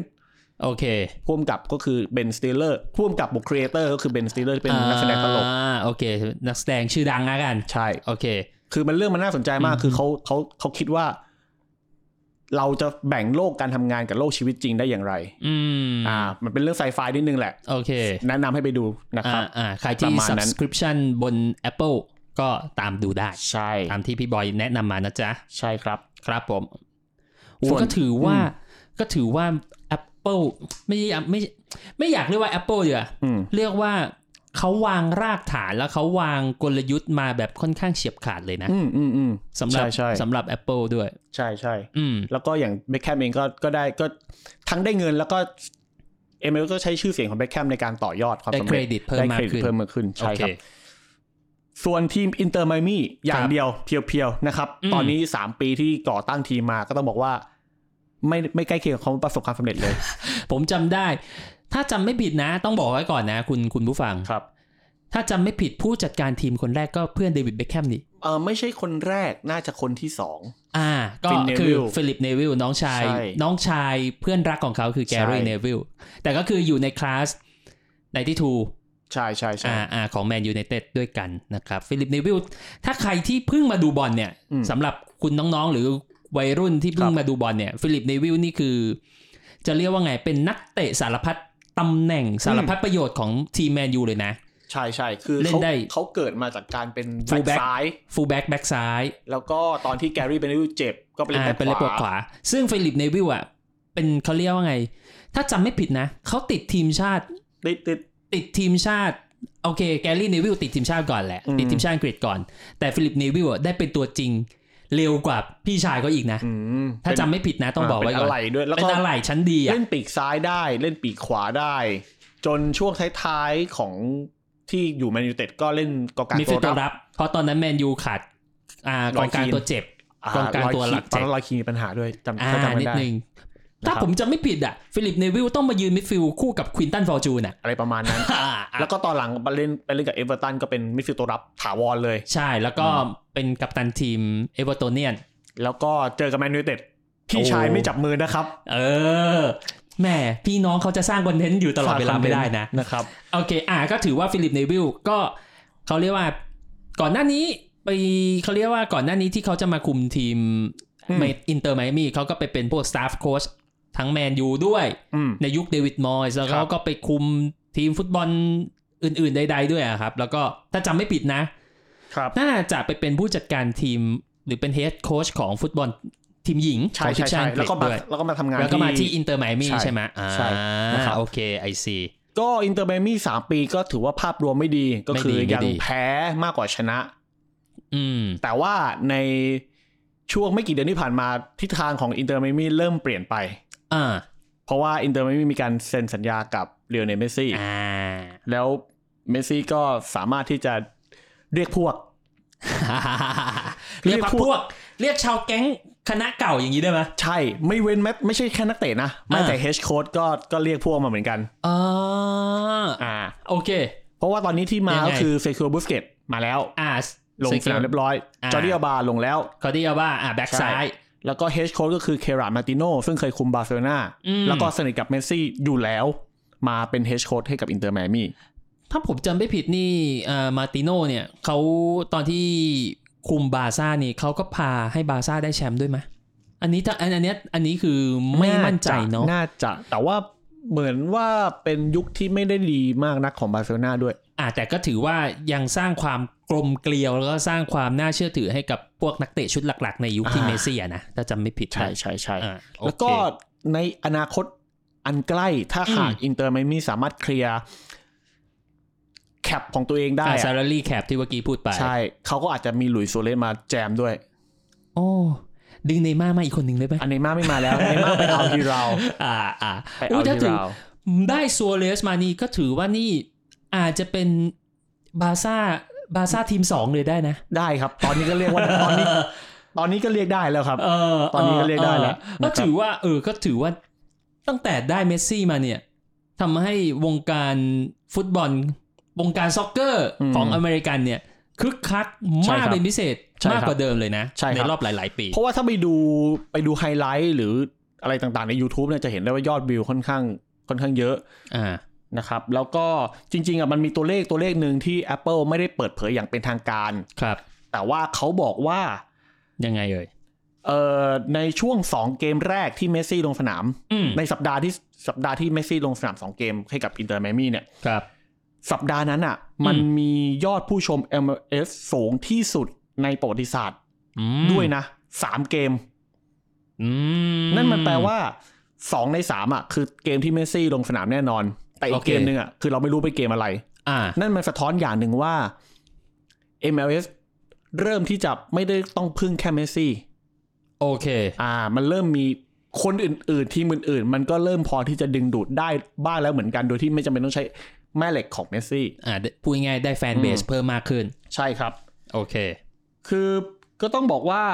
[SPEAKER 4] โอเค
[SPEAKER 3] พ่วมกับก็คือเบนสตีเลอร์พ่วมกับบทครีเอเตอร์ก็คือเบนสตีเลอร์เป็นนักแสดงตลก
[SPEAKER 4] อ่าโอเค นักแสดงชื่อดังแล้วกัน
[SPEAKER 3] ใช่
[SPEAKER 4] โอเค
[SPEAKER 3] คือมันเรื่องมันน่าสนใจมากคือเขาเขาเขาคิดว่า เราจะแบ่งโลกการทำงานกับโลกชีวิตจริงได้อย่างไร
[SPEAKER 4] อืม
[SPEAKER 3] อ่า มันเป็นเรื่องไซไฟนิดนึงแหละ
[SPEAKER 4] โอเค
[SPEAKER 3] แนะนำให้ไปดูนะครับ
[SPEAKER 4] อ่าอ่าใคร
[SPEAKER 3] ป
[SPEAKER 4] ที่
[SPEAKER 3] ระมาณนั้น
[SPEAKER 4] subscription บน Apple ก็ตามดูได้
[SPEAKER 3] ใช่
[SPEAKER 4] ตามที่พี่บอยแนะนำมานะจ๊ะ
[SPEAKER 3] ใช่ครับ
[SPEAKER 4] ครับผม
[SPEAKER 3] ส่วน
[SPEAKER 4] ก็ถือว่าก็ถือว่า Apple ไม่ใช่ไม่ไม่อยากเรียกว่า Apple เดียวา
[SPEAKER 3] อืม
[SPEAKER 4] เรียกว่าเขาวางรากฐานแล้วเขาวางกลยุทธ์มาแบบค่อนข้างเฉียบขาดเลยนะ
[SPEAKER 3] อืมอืมอืม
[SPEAKER 4] สำหรับ
[SPEAKER 3] ใช่ใช่
[SPEAKER 4] สำหรับ Apple ด้วย
[SPEAKER 3] ใช่ใช่
[SPEAKER 4] อืม
[SPEAKER 3] แล้วก็อย่างเบคแคมเองก็ก็ได้ก็ทั้งได้เงินแล้วก็เอเมลก็ใช้ชื่อเสียงของเบคแคมในการต่อยอดความ
[SPEAKER 4] ได้
[SPEAKER 3] สำ
[SPEAKER 4] เคร
[SPEAKER 3] เร็จ
[SPEAKER 4] ดิตเพิ่มมากขึ้น
[SPEAKER 3] เพิ่มมากขึ้น
[SPEAKER 4] โอ
[SPEAKER 3] ใช่
[SPEAKER 4] เค
[SPEAKER 3] ครับ ส่วนทีมอินเตอร์ไมอามี่อย่า
[SPEAKER 4] ค
[SPEAKER 3] ง
[SPEAKER 4] รับ
[SPEAKER 3] เดียวเพียวๆนะครับ
[SPEAKER 4] อืม
[SPEAKER 3] ตอนนี้ 3 ปีที่ก่อตั้งทีมมาก็ต้องบอกว่า ไม่ไม่ใกล้เคียงกับเขาประสบความสำเร็จเลย
[SPEAKER 4] ผมจำได้ ถ้าจำไม่ผิดนะ ต้องบอกไว้ก่อนนะ คุณคุณผู้ฟัง
[SPEAKER 3] ครับ
[SPEAKER 4] ถ้าจำไม่ผิดผู้จัดการทีมคนแรกก็เพื่อนเดวิดเบคแคมนี่
[SPEAKER 3] เออไม่ใช่คนแรกน่าจะคนที่ 2
[SPEAKER 4] อ่า ก็
[SPEAKER 3] ฟินเนวิ
[SPEAKER 4] คือ
[SPEAKER 3] ล
[SPEAKER 4] ฟิลิปเนวิลน้องชาย
[SPEAKER 3] ใช่
[SPEAKER 4] น้องชายเพื่อนรักของเขาคือแกรี่
[SPEAKER 3] ใช่
[SPEAKER 4] เนวิลแต่ก็คืออยู่ในคลาสในที่ทู
[SPEAKER 3] ใช่ใช่ใช่
[SPEAKER 4] อ่าอ่าของแมนยู i นเต็ดด้วยกันนะครับฟิลิปเนวิลถ้าใครที่เพิ่งมาดูบอลเนี่ย
[SPEAKER 3] อืม
[SPEAKER 4] สำหรับคุณน้องๆ หรือวัยรุ่นที่
[SPEAKER 3] ค
[SPEAKER 4] เพิ่ง
[SPEAKER 3] รับ
[SPEAKER 4] มาดูบอลเนี่ยฟิลิปเนวิลนี่คือ จะเรียกว่าไงเป็นนักเตะสารพัดตำแหน่งสารพัดประโยชน์ของทีมแมนยูเลยนะ
[SPEAKER 3] ใช่ใช่คือ
[SPEAKER 4] เล่น
[SPEAKER 3] เขา
[SPEAKER 4] ได้
[SPEAKER 3] เขาเกิดมาจากการเป็นแบ็
[SPEAKER 4] Full
[SPEAKER 3] ค
[SPEAKER 4] back
[SPEAKER 3] ซ้าย
[SPEAKER 4] ฟูลแบ็กแบ็กซ้าย
[SPEAKER 3] แล้วก็ตอนที่แกรี่เบนวิลเจ็บก็ไปเล่น
[SPEAKER 4] อ่า
[SPEAKER 3] แบ็ค
[SPEAKER 4] เป็นเลน
[SPEAKER 3] ข
[SPEAKER 4] ปวด
[SPEAKER 3] วา
[SPEAKER 4] ขวา ซึ่งฟิลิปเนวิลอ่ะ เป็นเขาเรียกว่าไง ถ้าจำไม่ผิดนะ เขาติดทีมชาติ
[SPEAKER 3] ติดติด
[SPEAKER 4] ติดทีมชาติ โอเค แกรี่เนวิลติดทีมชาติก่อนแหละ
[SPEAKER 3] อืม
[SPEAKER 4] ติดทีมชาติอังกฤษก่อน แต่ฟิลิปเนวิลอ่ะได้เป็นตัวจริง เร็วกว่าพี่ชายเขาอีกนะ
[SPEAKER 3] อืม
[SPEAKER 4] ถ้า
[SPEAKER 3] เป็น
[SPEAKER 4] จำไม่ผิดนะต้องบอกไว้ก่
[SPEAKER 3] เป็
[SPEAKER 4] อนน
[SPEAKER 3] อะไรด้วย แล้ว
[SPEAKER 4] เป็น
[SPEAKER 3] ก็
[SPEAKER 4] อะไรชั้นดีอ่ะ
[SPEAKER 3] เล่นปีกซ้ายได้เล่นปีกขวาได้ จนช่วงท้ายๆของที่อยู่แมนยูเต็ดก็เล่นกองกลาง
[SPEAKER 4] มีฟิ
[SPEAKER 3] ตั
[SPEAKER 4] ล
[SPEAKER 3] ว
[SPEAKER 4] ตั
[SPEAKER 3] รั
[SPEAKER 4] ว
[SPEAKER 3] บ
[SPEAKER 4] รับ เพราะตอนนั้นแมนยูขาดอ่ากองกลา
[SPEAKER 3] ลอ
[SPEAKER 4] ง
[SPEAKER 3] ยคีน
[SPEAKER 4] ตัวเจ็บ
[SPEAKER 3] าก
[SPEAKER 4] องกลางตัวหลัก
[SPEAKER 3] ตอน
[SPEAKER 4] เจ็บ
[SPEAKER 3] นั้นลอยคีมีปัญหาด้วยจำ
[SPEAKER 4] อ่า
[SPEAKER 3] ถ้าจำไม่
[SPEAKER 4] นิด
[SPEAKER 3] ได้
[SPEAKER 4] นึง
[SPEAKER 3] นะครับ
[SPEAKER 4] ถ้าผมจำไม่ผิดอ่ะฟิลิปเนวิลต้องมายืนมิดฟิลด์คู่กับควินตันฟอร์จูนอ่ะ
[SPEAKER 3] อะไรประมาณนั้น แล้วก็ตอนหลังไปเล่นไปเล่นกับเอเวอร์ตันก็เป็นมิดฟิลด์ตัวรับถาวรเลย
[SPEAKER 4] ใช่แล้วก็เป็นกัปตันทีมเอเวอร์ตเนียน
[SPEAKER 3] แล้วก็เจอกับแมนยูเต็ดพี่
[SPEAKER 4] โอ้
[SPEAKER 3] ชายไม่จับมือนะครับ
[SPEAKER 4] เออแหม่พี่น้องเขาจะสร้างคอนเทนต์อยู่ตลอดเวลาไม่ได้นะ
[SPEAKER 3] นะครับ
[SPEAKER 4] โอเค อ่ะก็ถือว่าฟิลิปเนวิลก็เขาเรียกว่าก่อนหน้านี้ไปเขาเรียกว่าก่อนหน้านี้ที่เขาจะมาคุมทีม
[SPEAKER 3] อืม
[SPEAKER 4] อินเตอร์ไมอามี่เขาก็ไปเป็นพวกสตาฟโค้ชทั้งแมนยูด้วย
[SPEAKER 3] อืม
[SPEAKER 4] ในยุคเดวิดมอยส์แล้ว
[SPEAKER 3] ครั
[SPEAKER 4] เขา
[SPEAKER 3] บ
[SPEAKER 4] ก็ไปคุมทีมฟุตบอลอื่น ๆ ใด ๆ ด้วยอะครับ แล้วก็ถ้าจำไม่ผิดนะ
[SPEAKER 3] ครับ
[SPEAKER 4] น่าจะไปเป็นผู้จัดการทีมหรือเป็นเฮดโค้ชของฟุตบอลทีมหญิงข
[SPEAKER 3] ใช่
[SPEAKER 4] องที
[SPEAKER 3] ใช่
[SPEAKER 4] มชา
[SPEAKER 3] ใช่
[SPEAKER 4] ติอังก
[SPEAKER 3] แล้วก็มา
[SPEAKER 4] ฤษด้วย
[SPEAKER 3] แล้วก็มาทำงาน
[SPEAKER 4] แล้วก็มาที่อินเตอร์ไมอามี่
[SPEAKER 3] ใช่
[SPEAKER 4] ใช่ไหมอ่า
[SPEAKER 3] ใช่นะครับ
[SPEAKER 4] โอเคไอซี
[SPEAKER 3] ก็อินเตอร์ไมอามี่สามปีก็ถือว่าภาพรวมไม่ดีก็
[SPEAKER 4] ไม่
[SPEAKER 3] คื
[SPEAKER 4] ดี
[SPEAKER 3] อ
[SPEAKER 4] ไม่
[SPEAKER 3] ยัง
[SPEAKER 4] ดี
[SPEAKER 3] แพ้มากกว่าชนะ
[SPEAKER 4] อืม
[SPEAKER 3] แต่ว่าในช่วงไม่กี่เดือนที่ผ่านมาทิศทางของอินเตอร์ไมอามี่เริ่มเปลี่ยนไป
[SPEAKER 4] อ่า
[SPEAKER 3] เพราะว่าอินเตอร์ไมอามี่มีการเซ็นสัญญากับเรียวเนลเมสซี่
[SPEAKER 4] อ่า
[SPEAKER 3] แล้วเมสซี่ก็สามารถที่จะเรียกพวก เรี
[SPEAKER 4] เรี
[SPEAKER 3] ย
[SPEAKER 4] ย
[SPEAKER 3] ก
[SPEAKER 4] ก
[SPEAKER 3] พวก
[SPEAKER 4] พวก เรียกชาวแก๊งคณะเก่าอย่างนี้ได้ไหม
[SPEAKER 3] ใช่ไม่เว้นแม้ไม่ใช่แค่นักเตะนะแม้แต่เฮดโค้ดก็ก็เรียกพวกมาเหมือนกัน
[SPEAKER 4] อ่า
[SPEAKER 3] อ่า
[SPEAKER 4] โอเค
[SPEAKER 3] เพราะว่าตอนนี้ที่มาย
[SPEAKER 4] งไง
[SPEAKER 3] ก็คือเซคิวบุสเกตมาแล้ว
[SPEAKER 4] อ่า
[SPEAKER 3] ลงสนามเรียบร้อย
[SPEAKER 4] อ่า
[SPEAKER 3] จอร์ดิอาบาลงแล้ว
[SPEAKER 4] คอร์ดิอาบ้าอ่าแบ็ก
[SPEAKER 3] ใช่
[SPEAKER 4] ซ้าย
[SPEAKER 3] แล้วก็เฮดโค้ดก็คือเครามาติโนซึ่งเคยคุมบาร์เซโลนา
[SPEAKER 4] อืม
[SPEAKER 3] แล้วก็สนิทกับเมสซี่อยู่แล้วมาเป็นเฮดโค้ดให้กับอินเตอร์ไมอามี่
[SPEAKER 4] ถ้าผมจำไม่ผิดนี่เอ่อมาร์ติโนเนี่ยเขาตอนที่คุมบาร์ซ่านี่เขาก็พาให้บาร์ซ่าได้แชมป์ด้วยไหมอันนี้ถ้าอันอันเนี้ยอันนี้คือไม่มั่นใจเนาะ
[SPEAKER 3] น่าจะ แต่ว่าเหมือนว่าเป็นยุคที่ไม่ได้ดีมากนักของบาร์เซโลนาด้วย
[SPEAKER 4] อ่าแต่ก็ถือว่ายังสร้างความกลมเกลียว แล้วก็สร้างความน่าเชื่อถือให้กับพวกนักเตะชุดหลักๆ ในยุคที่
[SPEAKER 3] อ่า
[SPEAKER 4] เมสซี่อะนะถ้าจำไม่ผิดนะ
[SPEAKER 3] ใช่ใช่ใช่
[SPEAKER 4] อ่าโอ
[SPEAKER 3] แล้ว
[SPEAKER 4] เค
[SPEAKER 3] ก็ในอนาคตอันใกล้ถ้าหาก
[SPEAKER 4] อืม
[SPEAKER 3] อินเตอร์ไมอามี่สามารถเคลียร์แคปของตัวเองได้
[SPEAKER 4] อ่า
[SPEAKER 3] อะ
[SPEAKER 4] ซาร์ลี่แคปที่เมื่อกี้พูดไป
[SPEAKER 3] ใช่ เขาก็อาจจะมีหลุยส์โซเลสมาแจมด้วย
[SPEAKER 4] โอ้ ดึงเนย์ม่าร์มาอีกคนหนึ่งได้ไหม
[SPEAKER 3] อันเนย์มาร์ไม่มาแล้วเนย์มาร์ไปเอาฮีเรา
[SPEAKER 4] อ่าอ่า
[SPEAKER 3] ไป
[SPEAKER 4] โอ้
[SPEAKER 3] เอา
[SPEAKER 4] ถ้า
[SPEAKER 3] ฮี
[SPEAKER 4] ถือ
[SPEAKER 3] เรา
[SPEAKER 4] ได้ซัวเรสมานี่ก็ถือว่านี่อาจจะเป็นบาร์ซ่าบาร์ซ่าทีมสองเลยได้นะ
[SPEAKER 3] ได้ครับ ตอนนี้ก็เรียกว่า ตอนนี้ ตอนนี้ก็เรียกได้แล้วครับ
[SPEAKER 4] เออ
[SPEAKER 3] ตอนนี้ก็เรียกได้แล้ว
[SPEAKER 4] เออก็
[SPEAKER 3] นะครับ
[SPEAKER 4] ถือว่าเออก็ถือว่าตั้งแต่ได้เมสซี่มาเนี่ยทำให้วงการฟุตบอล วงการซ็อกเกอร์ของอเมริกันเนี่ยคึกคัก
[SPEAKER 3] ใช่
[SPEAKER 4] มา
[SPEAKER 3] ค
[SPEAKER 4] ก
[SPEAKER 3] รับ
[SPEAKER 4] เป็นพิเศษ
[SPEAKER 3] ใช่ครับ
[SPEAKER 4] มากกว่าเดิมเลยนะ
[SPEAKER 3] ใช่ครับ
[SPEAKER 4] รอบหลาย ๆ ปี
[SPEAKER 3] เพราะว่าถ้าไปดูไปดูไฮไลท์หรืออะไรต่างๆใน YouTube เนี่ยจะเห็นได้ว่ายอดวิวค่อนข้างค่อนข้างเยอะ
[SPEAKER 4] อ่า
[SPEAKER 3] นะครับ แล้วก็จริงๆอ่ะมันมีตัวเลขตัวเลขหนึ่งที่ Apple ไม่ได้เปิดเผยอย่างเป็นทางการ
[SPEAKER 4] ครับ
[SPEAKER 3] แต่ว่าเขาบอกว่า
[SPEAKER 4] ยังไงเอ่ย
[SPEAKER 3] เอ่อในช่วง 2 เกมแรกที่เมสซี่ลงสนาม
[SPEAKER 4] อืม
[SPEAKER 3] ในสัปดาห์ที่สัปดาห์ที่เมสซี่ลงสนาม 2 เกมให้กับอินเตอร์ไมอามี่เนี่ย
[SPEAKER 4] ครับ
[SPEAKER 3] สัปดาห์นั้นอ่ะ มันมียอดผู้ชม MLS สูงที่สุดในประวัติศาสตร์
[SPEAKER 4] อืม
[SPEAKER 3] ด้วยนะสามเกม
[SPEAKER 4] อืม
[SPEAKER 3] นั่นมันแปลว่าสองในสามอ่ะ คือเกมที่เมสซี่ลงสนามแน่นอน แต่อี
[SPEAKER 4] โอก เค
[SPEAKER 3] เกมหนึ่งอ่ะ คือเราไม่รู้เป็นเกมอะไร
[SPEAKER 4] อ่า
[SPEAKER 3] นั่นมันสะท้อนอย่างหนึ่งว่า MLS เริ่มที่จะไม่ได้ต้องพึ่งแค่เมสซี่
[SPEAKER 4] โอเค
[SPEAKER 3] อ่า มันเริ่มมีคนอื่น ๆ ทีมอื่น ๆ มันก็เริ่มพอที่จะดึงดูดได้บ้างแล้วเหมือนกัน โดยที่ไม่จำเป็นต้องใช้แม่เหล็กของเมสซี่
[SPEAKER 4] อ่าได้พูดง่ายๆได้แฟนเบสเพิ่มมากขึ้น
[SPEAKER 3] ใช่ครับ
[SPEAKER 4] โอเค
[SPEAKER 3] คือก็ต้องบอกว่า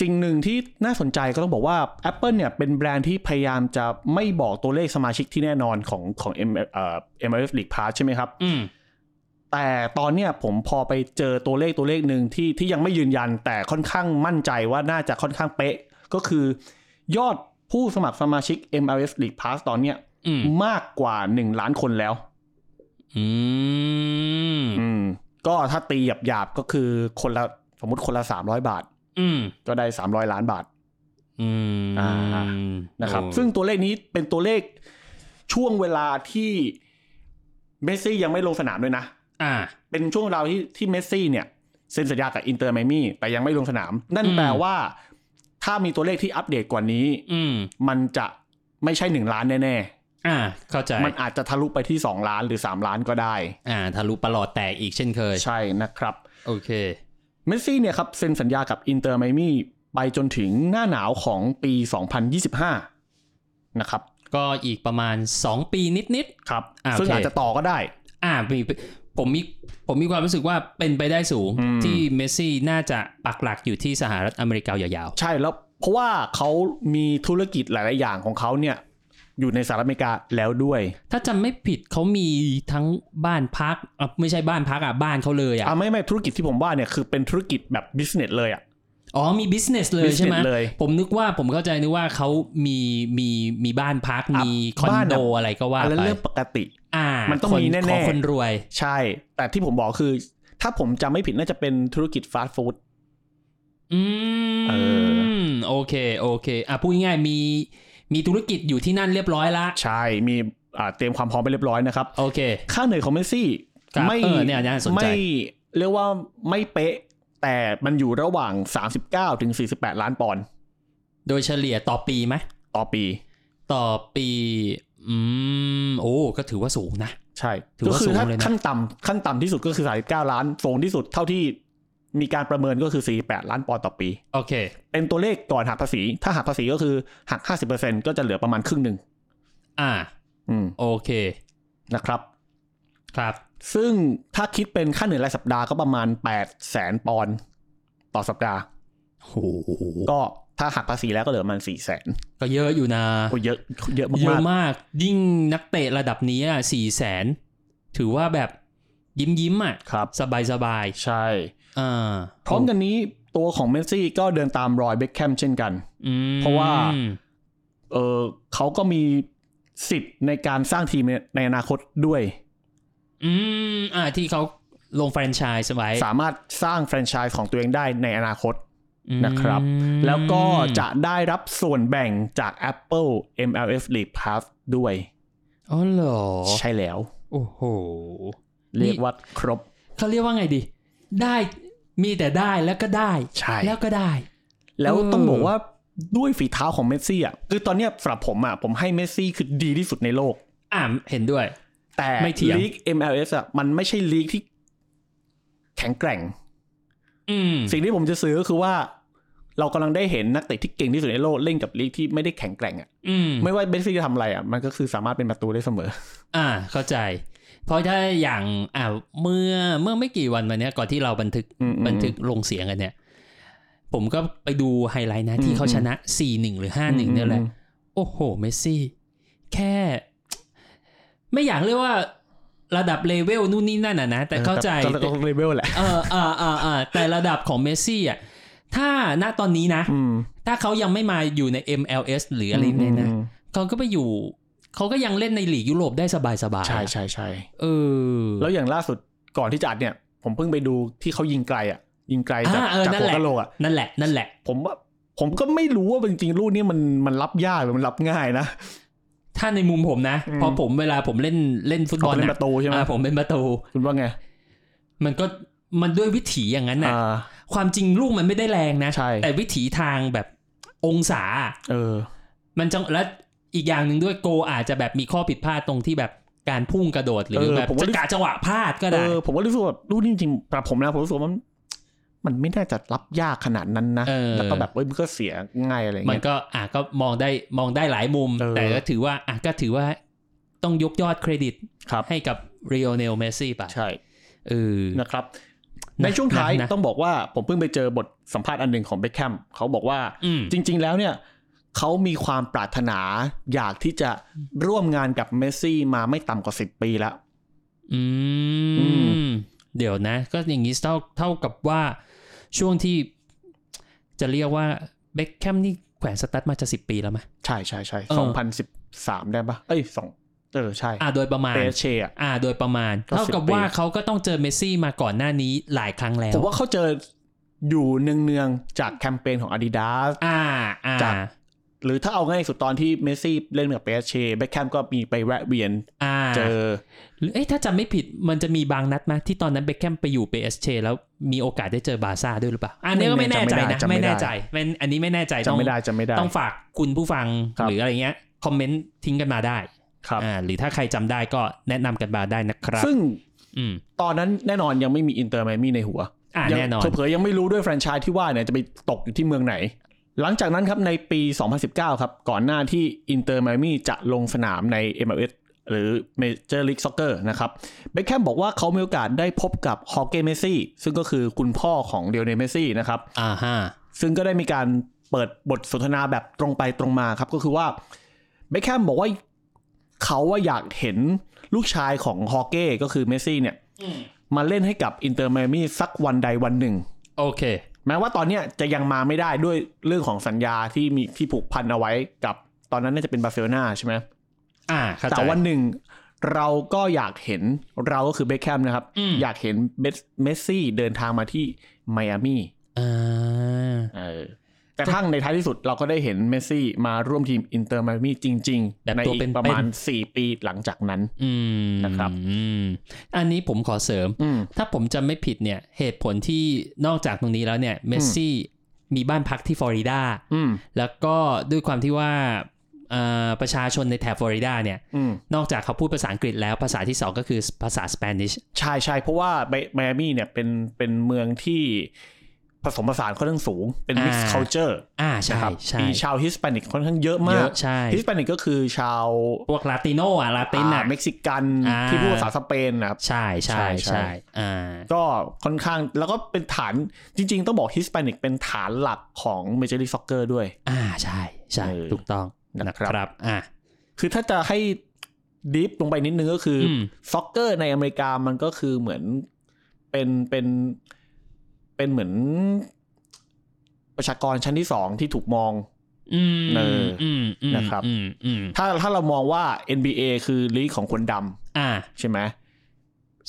[SPEAKER 3] สิ่งหนึ่งที่น่าสนใจก็ต้องบอกว่า Apple เนี่ยเป็นแบรนด์ที่พยายามจะไม่บอกตัวเลขสมาชิกที่แน่นอนของของ M เอ่อ MLS League Pass ใช่ไหมครับ
[SPEAKER 4] อืม
[SPEAKER 3] แต่ตอนเนี้ยผมพอไปเจอตัวเลขตัวเลขหนึ่งที่ที่ยังไม่ยืนยันแต่ค่อนข้างมั่นใจว่าน่าจะค่อนข้างเป๊ะ ก็คือยอดผู้สมัครสมาชิก MLS League Pass ตอนเนี้ย
[SPEAKER 4] อืม
[SPEAKER 3] มากกว่า 1 ล้านคนแล้ว
[SPEAKER 4] อืม
[SPEAKER 3] อืม ก็ถ้าตีหยาบๆก็คือคนละสมมติคนละ 300 บาท
[SPEAKER 4] อืม
[SPEAKER 3] ก็ได้ 300 ล้านบาท
[SPEAKER 4] อืม
[SPEAKER 3] อ่า นะครับ
[SPEAKER 4] โอ้
[SPEAKER 3] ซึ่งตัวเลขนี้เป็นตัวเลขช่วงเวลาที่เมสซี่ยังไม่ลงสนามด้วยนะ
[SPEAKER 4] อ่า
[SPEAKER 3] เป็นช่วงเวลาที่ที่เมสซี่เนี่ยเซ็นสัญญากับอินเตอร์ไมอามี่แต่ยังไม่ลงสนาม นั่น
[SPEAKER 4] อืม
[SPEAKER 3] แปลว่า ถ้ามีตัวเลขที่อัปเดตกว่านี้
[SPEAKER 4] อืม
[SPEAKER 3] มันจะไม่ใช่หนึ่งล้านแน่
[SPEAKER 4] อ่า เข้าใจ
[SPEAKER 3] ๆ มันอาจจะทะลุไปที่สองล้านหรือสามล้านก็ได้
[SPEAKER 4] อ่า ทะลุประหลอดแตกอีกเช่นเคย
[SPEAKER 3] ใช่นะครับ
[SPEAKER 4] โอเค
[SPEAKER 3] เมสซี่เนี่ยครับเซ็นสัญญากับอินเตอร์ไมอามี่ไปจนถึงหน้าหนาวของปี 2025 นะครับ
[SPEAKER 4] ก็อีกประมาณ 2 ปีนิด
[SPEAKER 3] ครับ
[SPEAKER 4] อ่า
[SPEAKER 3] ซึ่ง
[SPEAKER 4] โอเค
[SPEAKER 3] อาจจะต่อก็ได้
[SPEAKER 4] ๆ อ่ามีผมมี ผมมีความรู้สึกว่าเป็นไปได้สูง
[SPEAKER 3] อืม
[SPEAKER 4] ที่เมสซี่น่าจะปักหลักอยู่ที่สหรัฐอเมริกายาว
[SPEAKER 3] ใช่แล้วเพราะว่าเขามีธุรกิจหลาย ๆ อย่างของเขาเนี่ย อยู่ในสหรัฐอเมริกาแล้วด้วย
[SPEAKER 4] ๆ ถ้าจำไม่ผิดเขามีทั้งบ้านพักอ่ะไม่ใช่บ้านพักอ่ะ บ้านเขาเลยอ่ะ
[SPEAKER 3] อ่าไม่ไม่ธุรกิจที่ผมว่าเนี่ยคือเป็นธุรกิจแบบบิสเนสเลยอ่ะ
[SPEAKER 4] อ๋อมี business เลยใช่ไหม
[SPEAKER 3] business เลย
[SPEAKER 4] ผมนึกว่าผมเข้าใจนึกว่าเขามีมีมีบ้านพักมีคอน
[SPEAKER 3] บ้า
[SPEAKER 4] โดอะไรก็ว่า
[SPEAKER 3] อัน
[SPEAKER 4] ไป
[SPEAKER 3] นั้นเรื่องปกติ
[SPEAKER 4] อ่า
[SPEAKER 3] มันต้อง
[SPEAKER 4] ค
[SPEAKER 3] มีแน่ๆ
[SPEAKER 4] ของคนรวย
[SPEAKER 3] ใช่ แต่ที่ผมบอกคือ ถ้าผมจำไม่ผิดน่าจะเป็นธุรกิจฟาสต์ฟู้ด
[SPEAKER 4] อื
[SPEAKER 3] เอ
[SPEAKER 4] มโอเคโอเค อ่ะพูดง่ายๆมีมีธุรกิจอยู่ที่นั่นเรียบร้อยละ
[SPEAKER 3] ใช่มีอ่าเตรียมความพร้อมไปเรียบร้อยนะครับ
[SPEAKER 4] โอเค
[SPEAKER 3] ค่าเหนื่อยของเมสซี่
[SPEAKER 4] ครับ
[SPEAKER 3] ไม่
[SPEAKER 4] เออเนี่ยน่าสนใจ
[SPEAKER 3] ไม่เรียกว่าไม่เป๊ะ แต่มันอยู่ระหว่าง 39ถึง48 ล้านปอนด์
[SPEAKER 4] โดยเฉลี่ยต่อปีไหม
[SPEAKER 3] ต่อปี
[SPEAKER 4] ต่อปี อืมโอ้ก็ถือว่าสูงนะ
[SPEAKER 3] ใช่
[SPEAKER 4] ถือว่า
[SPEAKER 3] ก็คื
[SPEAKER 4] สูง
[SPEAKER 3] ถ้า
[SPEAKER 4] เลยนะ
[SPEAKER 3] ขั้นต่ำขั้นต่ำที่สุดก็คือ 39 ล้าน สูงที่สุดเท่าที่มีการประเมินก็คือ 48 ล้านปอนด์ต่อปี
[SPEAKER 4] โอเค
[SPEAKER 3] เป็นตัวเลขก่อนหักภาษี ถ้าหักภาษีก็คือหัก 50%ก็จะเหลือประมาณครึ่งหนึ่ง
[SPEAKER 4] อ่า
[SPEAKER 3] อืม
[SPEAKER 4] โอเค
[SPEAKER 3] นะครับ
[SPEAKER 4] ครับ
[SPEAKER 3] ซึ่งถ้าคิดเป็นค่าเหนื่อยรายสัปดาห์ก็ประมาณ 8 แสนปอนด์ต่อสัปดาห์
[SPEAKER 4] โห
[SPEAKER 3] ก็ถ้าหักภาษีแล้วก็เหลือประมาณ4แสน
[SPEAKER 4] ก็เยอะอยู่นะ
[SPEAKER 3] โอ้เยอะเยอะ
[SPEAKER 4] เย
[SPEAKER 3] มา
[SPEAKER 4] อะ
[SPEAKER 3] ก
[SPEAKER 4] มากยิ่งนักเตะระดับนี้สี่แสนถือว่าแบบยิ้มยิ้มๆอ่ะ
[SPEAKER 3] ๆครับ
[SPEAKER 4] สบายสบาย
[SPEAKER 3] ใช่
[SPEAKER 4] ๆอ่า
[SPEAKER 3] พร้อมกันนี้ตัวของเมสซี่ก็เดินตามรอยเบคแคมเช่นกัน
[SPEAKER 4] อืม
[SPEAKER 3] เพราะว่า เออเขาก็มีสิทธิ์ในการสร้างทีมในในอนาคตด้วย
[SPEAKER 4] อืมอ่าที่เขาลงแฟรนไชส์ไว้
[SPEAKER 3] สามารถสร้างแฟรนไชส์ของตัวเองได้ในอนาคต
[SPEAKER 4] อืม
[SPEAKER 3] นะครับ แล้วก็จะได้รับส่วนแบ่งจาก Apple MLS League Pass ด้วย
[SPEAKER 4] อ๋อเหรอ
[SPEAKER 3] ใช่แล้ว
[SPEAKER 4] โอ้โห
[SPEAKER 3] เรียกว่าครบ
[SPEAKER 4] เขาเรียกว่าไงดี ได้มีแต่ได้แล้วก็ได้
[SPEAKER 3] ใช่
[SPEAKER 4] แล้วก็ได้
[SPEAKER 3] แล้ว
[SPEAKER 4] เออ
[SPEAKER 3] ต้องบอกว่าด้วยฝีเท้าของเมสซี่อ่ะคือตอนเนี้ยสำหรับผมอ่ะผมให้เมสซี่คือดีที่สุดในโลก
[SPEAKER 4] อ่าเห็นด้วย
[SPEAKER 3] แต่
[SPEAKER 4] ไม่เถียง
[SPEAKER 3] ลีก MLS อ่ะมันไม่ใช่ลีกที่แข็งแกร่ง
[SPEAKER 4] อืม
[SPEAKER 3] สิ่งที่ผมจะซื้อก็คือว่า เรากำลังได้เห็นนักเตะที่เก่งที่สุดในโลกเล่นกับลีกที่ไม่ได้แข็งแกร่งอ่ะ
[SPEAKER 4] อืม
[SPEAKER 3] ไม่ว่าเบสซี่จะทำอะไรอ่ะมันก็คือสามารถเป็นประตูได้เสมอ
[SPEAKER 4] อ่าเข้าใจ เพราะถ้าอย่างอ่าเมื่อเมื่อไม่กี่วันมาเนี้ยก่อนที่เราบันทึก
[SPEAKER 3] อืมอืม
[SPEAKER 4] บันทึกลงเสียงกันเนี่ย ผมก็ไปดูไฮไลท์นะที่เขาชนะ 4-1 หรือ
[SPEAKER 3] อืม
[SPEAKER 4] 5-1
[SPEAKER 3] อืม
[SPEAKER 4] เนี่ยแหละ โอ้โห เมสซี่ แค่ ไม่อยากเรียกว่าระดับเลเวลนู่นนี่นั่นนะนะ แต่เข้าใจ
[SPEAKER 3] ก็ต้องเลเวลแหละ
[SPEAKER 4] เออเออเออเออแต่ระดับของเมสซี่อ่ะถ้าณตอนนี้นะ
[SPEAKER 3] อืม
[SPEAKER 4] ถ้าเขายังไม่มาอยู่ใน MLS หรืออะไรเนี่ยนะ
[SPEAKER 3] อืม
[SPEAKER 4] เขาก็ไปอยู่ เขาก็ยังเล่นในหลีกยุโรปได้สบายสบายๆ
[SPEAKER 3] ใช่ใช่ใช่
[SPEAKER 4] เออ
[SPEAKER 3] แล้วอย่างล่าสุดก่อนที่จะอัดเนี่ย ผมเพิ่งไปดูที่เขายิงไกลอ่ะ ยิงไกลจาก
[SPEAKER 4] อ่าเออ
[SPEAKER 3] จาก
[SPEAKER 4] นั่น
[SPEAKER 3] หัว
[SPEAKER 4] แหละ
[SPEAKER 3] กะโหลกอ่ะ
[SPEAKER 4] นั่นแหละ นั่นแหละ
[SPEAKER 3] ผมว่าผมก็ไม่รู้ว่าจริงๆลูกนี้มันมันรับยากหรือมันรับง่ายนะ
[SPEAKER 4] ถ้าในมุมผมนะ
[SPEAKER 3] อืม
[SPEAKER 4] พอผมเวลาผมเล่นเล่นฟุตบ
[SPEAKER 3] เขา
[SPEAKER 4] อล
[SPEAKER 3] เป็น
[SPEAKER 4] นะ
[SPEAKER 3] ประตูใช่ไหม
[SPEAKER 4] อ่าผมเป็นประตู
[SPEAKER 3] คุณว่าไง
[SPEAKER 4] มันก็มันด้วยวิถีอย่างนั้นนะ
[SPEAKER 3] อ่า
[SPEAKER 4] ความจริงลูกมันไม่ได้แรงนะ
[SPEAKER 3] ใช่
[SPEAKER 4] แต่วิถีทางแบบองศา
[SPEAKER 3] เออ
[SPEAKER 4] มันจังและอีกอย่างหนึ่งด้วยโกอาจจะแบบมีข้อผิดพลาดตรงที่แบบการพุ่งกระโดดหรือ
[SPEAKER 3] เออ
[SPEAKER 4] แบบ
[SPEAKER 3] ผมว่า
[SPEAKER 4] จะกะจังหวะพลาดก็
[SPEAKER 3] เอ
[SPEAKER 4] ได้
[SPEAKER 3] อผมก็รู้สึกว่าแบบลูกนี้จริงๆสำหรับผมนะผมรู้สึกว่ามัน มันไม่น่าจะรับยากขนาดนั้นนะ
[SPEAKER 4] เออ
[SPEAKER 3] แล้วก็แบบเอ้ยมันก็เสียง่ายอะไร
[SPEAKER 4] มัน
[SPEAKER 3] เงี้ย
[SPEAKER 4] ก็อ่ะก็มองได้มองได้หลายมุม
[SPEAKER 3] เออ
[SPEAKER 4] แต่ก็ถือว่าอ่ะก็ถือว่าต้องยกยอดเครดิต
[SPEAKER 3] ครับ
[SPEAKER 4] ให้กับเรโอเนลเมสซี่ไป
[SPEAKER 3] ใช่
[SPEAKER 4] เออ
[SPEAKER 3] นะครับ
[SPEAKER 4] นะ
[SPEAKER 3] ในช่วงท้าย
[SPEAKER 4] นะนะ
[SPEAKER 3] ต้องบอกว่าผมเพิ่งไปเจอบทสัมภาษณ์อันหนึ่งของเบคแคมเขาบอกว่า
[SPEAKER 4] อืม
[SPEAKER 3] จริง ๆ แล้วเนี่ยเขามีความปรารถนาอยากที่จะร่วมงานกับเมสซี่มาไม่ต่ำกว่า 10 ปีแล้ว
[SPEAKER 4] อื
[SPEAKER 3] อื
[SPEAKER 4] ม
[SPEAKER 3] ม
[SPEAKER 4] เดี๋ยวนะ ก็อย่างนี้เท่าเท่ากับว่าช่วงที่จะเรียกว่าเบคแคมนี่แขวนสตั๊ดมาจะสิบปีแล้วไหม
[SPEAKER 3] ใช่ใช่ใช่
[SPEAKER 4] เออ
[SPEAKER 3] สองพันสิบสามได้ปะเอ้ยสองเออใช่
[SPEAKER 4] อ่ะโดยประมาณ
[SPEAKER 3] เปเชอ่ะ
[SPEAKER 4] อ่าโดยประมาณ
[SPEAKER 3] ก็
[SPEAKER 4] เท่ากับ
[SPEAKER 3] 10ปี
[SPEAKER 4] ว่าเขาก็ต้องเจอเมสซี่มาก่อนหน้านี้หลายครั้งแล้
[SPEAKER 3] ผ
[SPEAKER 4] ว
[SPEAKER 3] มว่าเขาเจออยู่เนืองๆจากแคมเปญของ Adidas
[SPEAKER 4] อ่าอ่า
[SPEAKER 3] จาก หรือถ้าเอาง่ายสุดตอนที่เมสซี่เล่นกับเปเชเบคแคมก็มีไปแวะเวียน
[SPEAKER 4] อ่า
[SPEAKER 3] เจอ
[SPEAKER 4] หรือเอ้ยถ้าจำไม่ผิดมันจะมีบางนัดไหมที่ตอนนั้นเบคแคมไปอยู่เปเอสเชแล้วมีโอกาสได้เจอบาร์ซ่าด้วยหรือเปล่าอันนี้ก็ไม่แน่ใจนะ
[SPEAKER 3] จำไม่
[SPEAKER 4] ไม่
[SPEAKER 3] ได้
[SPEAKER 4] แน่ใจไม่อันนี้ไม่แน่ใจต้
[SPEAKER 3] จำ
[SPEAKER 4] อง
[SPEAKER 3] ไม่ได้จำไม่ได้
[SPEAKER 4] ต้องฝากคุณผู้ฟัง
[SPEAKER 3] ครับ
[SPEAKER 4] หรืออะไรเงี้ยคอมเมนต์ทิ้งกันมาได้
[SPEAKER 3] ครับ
[SPEAKER 4] อ่าหรือถ้าใครจำได้ก็แนะนำกันมาได้นะครับ
[SPEAKER 3] ซึ่ง
[SPEAKER 4] อืม
[SPEAKER 3] ตอนนั้นแน่นอนยังไม่มีอินเตอร์ไมอามี่ในหัว
[SPEAKER 4] อ่า
[SPEAKER 3] ยัง
[SPEAKER 4] แน่นอน
[SPEAKER 3] เผลอๆยังไม่รู้ด้วยแฟรนไชส์ที่ว่าเนี่ยจะไปตกอยู่ที่เมืองไหน หลังจากนั้นครับในปี 2019 ครับ ก่อนหน้าที่อินเตอร์ไมอามี่จะลงสนามใน MLS หรือ Major League Soccer นะครับเบคแคมบอกว่าเขามีโอกาสได้พบกับฮอเกเมสซี่ซึ่งก็คือคุณพ่อของเดียวเนเมสซี่นะครับ
[SPEAKER 4] อ่าฮะ
[SPEAKER 3] ซึ่งก็ได้มีการเปิดบทสนทนาแบบตรงไปตรงมาครับ ก็คือว่าเบคแคมบอกว่าเขาว่าอยากเห็นลูกชายของฮอเก้ก็คือเมสซี่เนี่ย มาเล่นให้กับอินเตอร์ไมอามี่สักวันใดวันหนึ่ง
[SPEAKER 4] โอเค
[SPEAKER 3] แม้ว่าตอนเนี้ยจะยังมาไม่ได้ด้วยเรื่องของสัญญาที่มีที่ผูกพันเอาไว้กับตอนนั้นน่าจะเป็นบาร์เซโลนาใช่ไหม
[SPEAKER 4] อ่าเข้าใจ
[SPEAKER 3] แต่วันหนึ่งเราก็อยากเห็นเราก็คือเบคแคมนะครับ
[SPEAKER 4] อืม
[SPEAKER 3] อยากเห็นเบสเมสซี่เดินทางมาที่ไมอามี่
[SPEAKER 4] อ่า
[SPEAKER 3] เออแต่ทั้งในท้ายที่สุดเราก็ได้เห็นเมสซี่มาร่วมทีมอินเตอร์ไมอามี่จริง ๆ ในอีกประมาณ 4 ปีหลังจากนั้น
[SPEAKER 4] อืม
[SPEAKER 3] นะครับ
[SPEAKER 4] อืมอันนี้ผมขอเสริม
[SPEAKER 3] อืม
[SPEAKER 4] ถ้าผมจำไม่ผิดเนี่ยเหตุผลที่นอกจากตรงนี้แล้วเนี่ยเมสซี่มีบ้านพักที่ฟลอริดา
[SPEAKER 3] อืม
[SPEAKER 4] แล้วก็ด้วยความที่ว่าเอ่อประชาชนในแถบฟลอริดาเนี่ย
[SPEAKER 3] อืม
[SPEAKER 4] นอกจากเขาพูดภาษาอังกฤษแล้วภาษาที่สองก็คือภาษาสเปนิช
[SPEAKER 3] ใช่ใช่เพราะว่าไมไมอามี่เนี่ยเป็นเป็นเมืองที่ผสมผสานค่อนข้างสูงเป็น
[SPEAKER 4] อ่า
[SPEAKER 3] mixed culture
[SPEAKER 4] อ่าใช่
[SPEAKER 3] นะครับ
[SPEAKER 4] ใช่
[SPEAKER 3] มีชาวฮิสแปนิกค่อนข้างเยอะ
[SPEAKER 4] เย
[SPEAKER 3] มาก
[SPEAKER 4] อะใช่
[SPEAKER 3] ฮิสแปนิกก็คือชาว
[SPEAKER 4] พวกลาติโนอ่ะลาตินอ่ะ
[SPEAKER 3] เม็กซิกัน
[SPEAKER 4] อ่า
[SPEAKER 3] ที่พูดภาษาสเปนนะครับ
[SPEAKER 4] ใช่ใช่
[SPEAKER 3] ใช่ใช่
[SPEAKER 4] ใช่อ่า
[SPEAKER 3] ก็ค่อนข้างแล้วก็เป็นฐานจริง ๆ ต้องบอกฮิสแปนิกเป็นฐานหลักของเมเจอร์ลีกซ็อกเกอร์ด้วย
[SPEAKER 4] อ่าใช่ใช่
[SPEAKER 3] เออ
[SPEAKER 4] ถูกต้องนะ
[SPEAKER 3] นะ
[SPEAKER 4] ค
[SPEAKER 3] ครับ
[SPEAKER 4] รับอ่า
[SPEAKER 3] คือถ้าจะให้ดิฟลงไปนิดนึงก็คืออ
[SPEAKER 4] ม
[SPEAKER 3] ซ็อกเกอร์ในอเมริกามันก็คือเหมือนเป็นเป็นเป็นเหมือน ประชากรชั้นที่สองที่ถูกมอง
[SPEAKER 4] อืม
[SPEAKER 3] เออ
[SPEAKER 4] อืมอืม
[SPEAKER 3] นะครับ
[SPEAKER 4] อืมอืม
[SPEAKER 3] ถ้าถ้าเรามองว่า NBA คือลีกของคนด
[SPEAKER 4] อ่า
[SPEAKER 3] ำใช่ไหม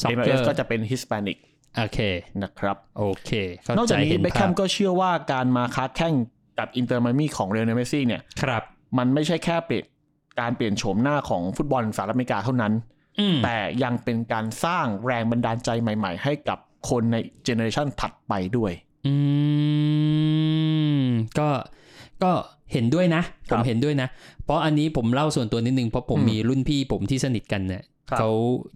[SPEAKER 4] สองเกอ
[SPEAKER 3] MLS
[SPEAKER 4] ร์
[SPEAKER 3] ก็จะเป็นฮิสแปนิก
[SPEAKER 4] โอเค
[SPEAKER 3] นะครับ
[SPEAKER 4] โอเคเข้
[SPEAKER 3] นอกจากนี้
[SPEAKER 4] ใจเห็
[SPEAKER 3] เบคแคม
[SPEAKER 4] ภาพ
[SPEAKER 3] ก็เชื่อว่าการมาค้าแข่งกับอินเตอร์มามี่ของเรอัลเมสซี่เนี่ย
[SPEAKER 4] ครับ
[SPEAKER 3] มันไม่ใช่แค่เปลี่ยนการเปลี่ยนโฉมหน้าของฟุตบอลสหรัฐอเมริกาเท่านั้น
[SPEAKER 4] อืม
[SPEAKER 3] แต่ยังเป็นการสร้างแรงบันดาลใจใหม่ๆ ให้กับคนในเจเนอเรชันถัดไปด้วย
[SPEAKER 4] อืมก็ก็เห็นด้วยนะ
[SPEAKER 3] ค
[SPEAKER 4] ผ
[SPEAKER 3] รับ
[SPEAKER 4] มเห็นด้วยนะ เพราะอันนี้ผมเล่าส่วนตัวนิดนึง เพราะผม
[SPEAKER 3] อืม
[SPEAKER 4] มีรุ่นพี่ผมที่สนิทกันเนี่ย
[SPEAKER 3] ครับ
[SPEAKER 4] เขา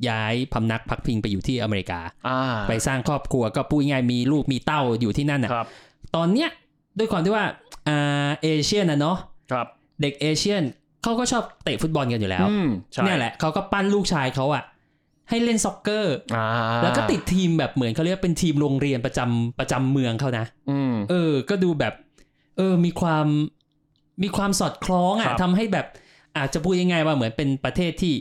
[SPEAKER 4] ย้ายพำนักพักพิงไปอยู่ที่อเมริกา
[SPEAKER 3] อ่า
[SPEAKER 4] ไปสร้างครอบครัวก็พูดง่ายๆมีลูกมีเต้าอยู่ที่นั่นน่ะ
[SPEAKER 3] ครับ
[SPEAKER 4] ตอนเนี้ย ด้วยความที่ว่าอ่าเอเชียนนะเนาะ
[SPEAKER 3] ครับ
[SPEAKER 4] เด็กเอเชียนเขาก็ชอบเตะฟุตบอลกันอยู่แล้ว
[SPEAKER 3] อืมใช่
[SPEAKER 4] เนี่ยแหละเขาก็ปั้นลูกชายเขาอะให้เล่นซ็อกเกอร์
[SPEAKER 3] อ่า
[SPEAKER 4] แล้วก็ติดทีมแบบเหมือนเขาเรียกเป็นทีมโรงเรียนประจำประจำเมืองเขานะ
[SPEAKER 3] อืม
[SPEAKER 4] เออ ก็ดูแบบ เออ มีความมีความสอดคล้อง
[SPEAKER 3] ครั
[SPEAKER 4] อ่ะ
[SPEAKER 3] บ
[SPEAKER 4] ทำให้แบบอาจจะพูดยังไงว่าเหมือนเป็นประเทศที่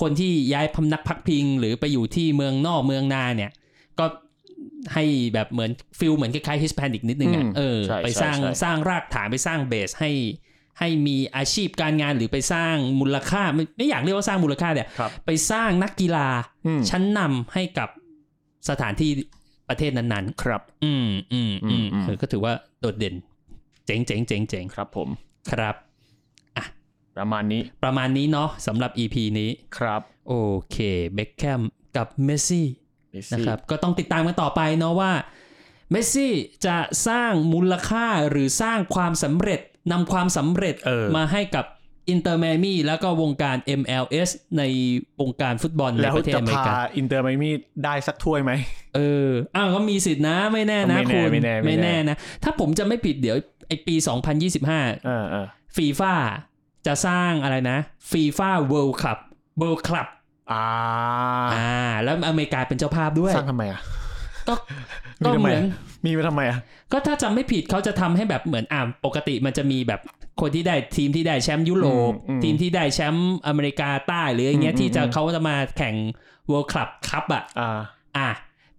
[SPEAKER 4] คนที่ย้ายพำนักพักพิง หรือไปอยู่ที่เมืองนอกเมืองนาเนี่ย ก็ให้แบบเหมือนฟิลเหมือนคล้ายๆฮิสแปนิกนิดนึงอ่ะ
[SPEAKER 3] อืม
[SPEAKER 4] เออ
[SPEAKER 3] ใช่
[SPEAKER 4] ไป
[SPEAKER 3] ใช่
[SPEAKER 4] สร้าง
[SPEAKER 3] ใช่
[SPEAKER 4] สร้างรากฐานไปสร้างเบสให้ให้มีอาชีพการงานหรือไปสร้างมูลค่าไม่ไม่อยากเรียกว่าสร้างมูลค่าเนี่ย
[SPEAKER 3] ครับ
[SPEAKER 4] ไปสร้างนักกีฬา
[SPEAKER 3] อืม
[SPEAKER 4] ชั้นนำให้กับสถานที่ประเทศนั้นๆ
[SPEAKER 3] ครับ
[SPEAKER 4] อืมอืมอืม
[SPEAKER 3] อืม
[SPEAKER 4] เออก็ถือว่าโดดเด่น เจ๋งเจ๋งเจ๋งเจ๋ง
[SPEAKER 3] ครับผม
[SPEAKER 4] ครับ
[SPEAKER 3] ประมาณนี้
[SPEAKER 4] ประมาณนี้เนาะสำหรับ EP นี้
[SPEAKER 3] ครับ
[SPEAKER 4] โอเคเบคแคมกับเมสซี่
[SPEAKER 3] เมส
[SPEAKER 4] นะ
[SPEAKER 3] ซี่
[SPEAKER 4] ครับ ก็ต้องติดตามกันต่อไปเนาะว่าเมสซี่จะสร้างมูลค่าหรือสร้างความสำเร็จนำความสำเร็จ
[SPEAKER 3] เออ
[SPEAKER 4] มาให้กับอินเตอร์แมมี่แล้วก็วงการ MLS ในวงการฟุตบอลใน
[SPEAKER 3] แล้ว
[SPEAKER 4] ประเทศ
[SPEAKER 3] จะ
[SPEAKER 4] อเม
[SPEAKER 3] พาก
[SPEAKER 4] ริา
[SPEAKER 3] อินเตอร์ไมอามี่ได้สักถ้วยไหม
[SPEAKER 4] เออ อ้าวก็มีสิทธินะ ไม่แน่นะ
[SPEAKER 3] ไม่แน่
[SPEAKER 4] คุณ
[SPEAKER 3] ไม่แน่ไม่แน่
[SPEAKER 4] นะ ถ้าผมจะไม่ผิดเดี๋ยวไอปี 2025
[SPEAKER 3] เออเออ
[SPEAKER 4] ฟีฟ่าจะสร้างอะไรนะฟีฟ่าเวิลด์คัพเวิลด์คลับ
[SPEAKER 3] อ่า
[SPEAKER 4] อ่า แล้วอเมริกาเป็นเจ้าภาพด้วย
[SPEAKER 3] สร้างทำไมอ่ะ
[SPEAKER 4] ก็
[SPEAKER 3] มี
[SPEAKER 4] ก็
[SPEAKER 3] ทำ
[SPEAKER 4] เห
[SPEAKER 3] ไม
[SPEAKER 4] มือน
[SPEAKER 3] อะมีไปทำไมอ่ะ
[SPEAKER 4] ก็ถ้าจำไม่ผิดเขาจะทำให้แบบเหมือนอ่าปกติมันจะมีแบบคนที่ได้ทีมที่ได้แชมป์ยุโรป
[SPEAKER 3] อืมอืม
[SPEAKER 4] ทีมที่ได้แชมป์อเมริกาใต้หรืออย่างเงี้ย
[SPEAKER 3] อืม
[SPEAKER 4] ที่จะ
[SPEAKER 3] อืม
[SPEAKER 4] เขาจะมาแข่ง World Club Cup อ่ะ
[SPEAKER 3] อ่า
[SPEAKER 4] อ่ะ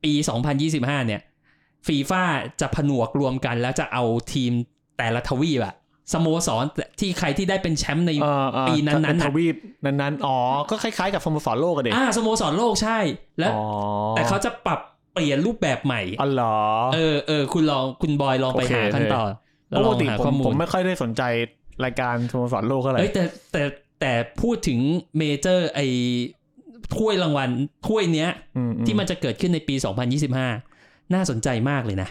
[SPEAKER 4] ปี 2025 เนี่ยฟีฟ่าจะผนวกรวมกันแล้วจะเอาทีมแต่ละทวีปอะสโมสรที่ใครที่ได้เป็นแชมป์ใน
[SPEAKER 3] เอ่อเอ่อ
[SPEAKER 4] ปีนั้นๆน่ะ
[SPEAKER 3] ทวีปนั้นๆ อ๋อ ก็คล้ายๆ กับสโมสรโลกอะเด็ก
[SPEAKER 4] อ่าสโมสรโลกใช่ แล้ว
[SPEAKER 3] อ๋อ
[SPEAKER 4] แต่เขาจะปรับเปลี่ยนรูปแบบใหม่
[SPEAKER 3] อ๋อเหรอ
[SPEAKER 4] เออเออคุณลองคุณบอยลองไป
[SPEAKER 3] โอเค
[SPEAKER 4] หาขั้นต่อแล้ว
[SPEAKER 3] ปก
[SPEAKER 4] ลอง
[SPEAKER 3] ติ
[SPEAKER 4] หา
[SPEAKER 3] ผ
[SPEAKER 4] ข้อ
[SPEAKER 3] ม
[SPEAKER 4] มู
[SPEAKER 3] ผ
[SPEAKER 4] ล
[SPEAKER 3] มไม่ค่อยได้สนใจรายการสโมสรโลกเท่าไหร่
[SPEAKER 4] เอ้ยแต่แต่แต่พูดถึงเมเจอร์ไอถ้วยรางวัลถ้วยเนี้ย
[SPEAKER 3] อืๆ
[SPEAKER 4] ที่มันจะเกิดขึ้นในปี 2025 น่าสนใจมากเลยนะ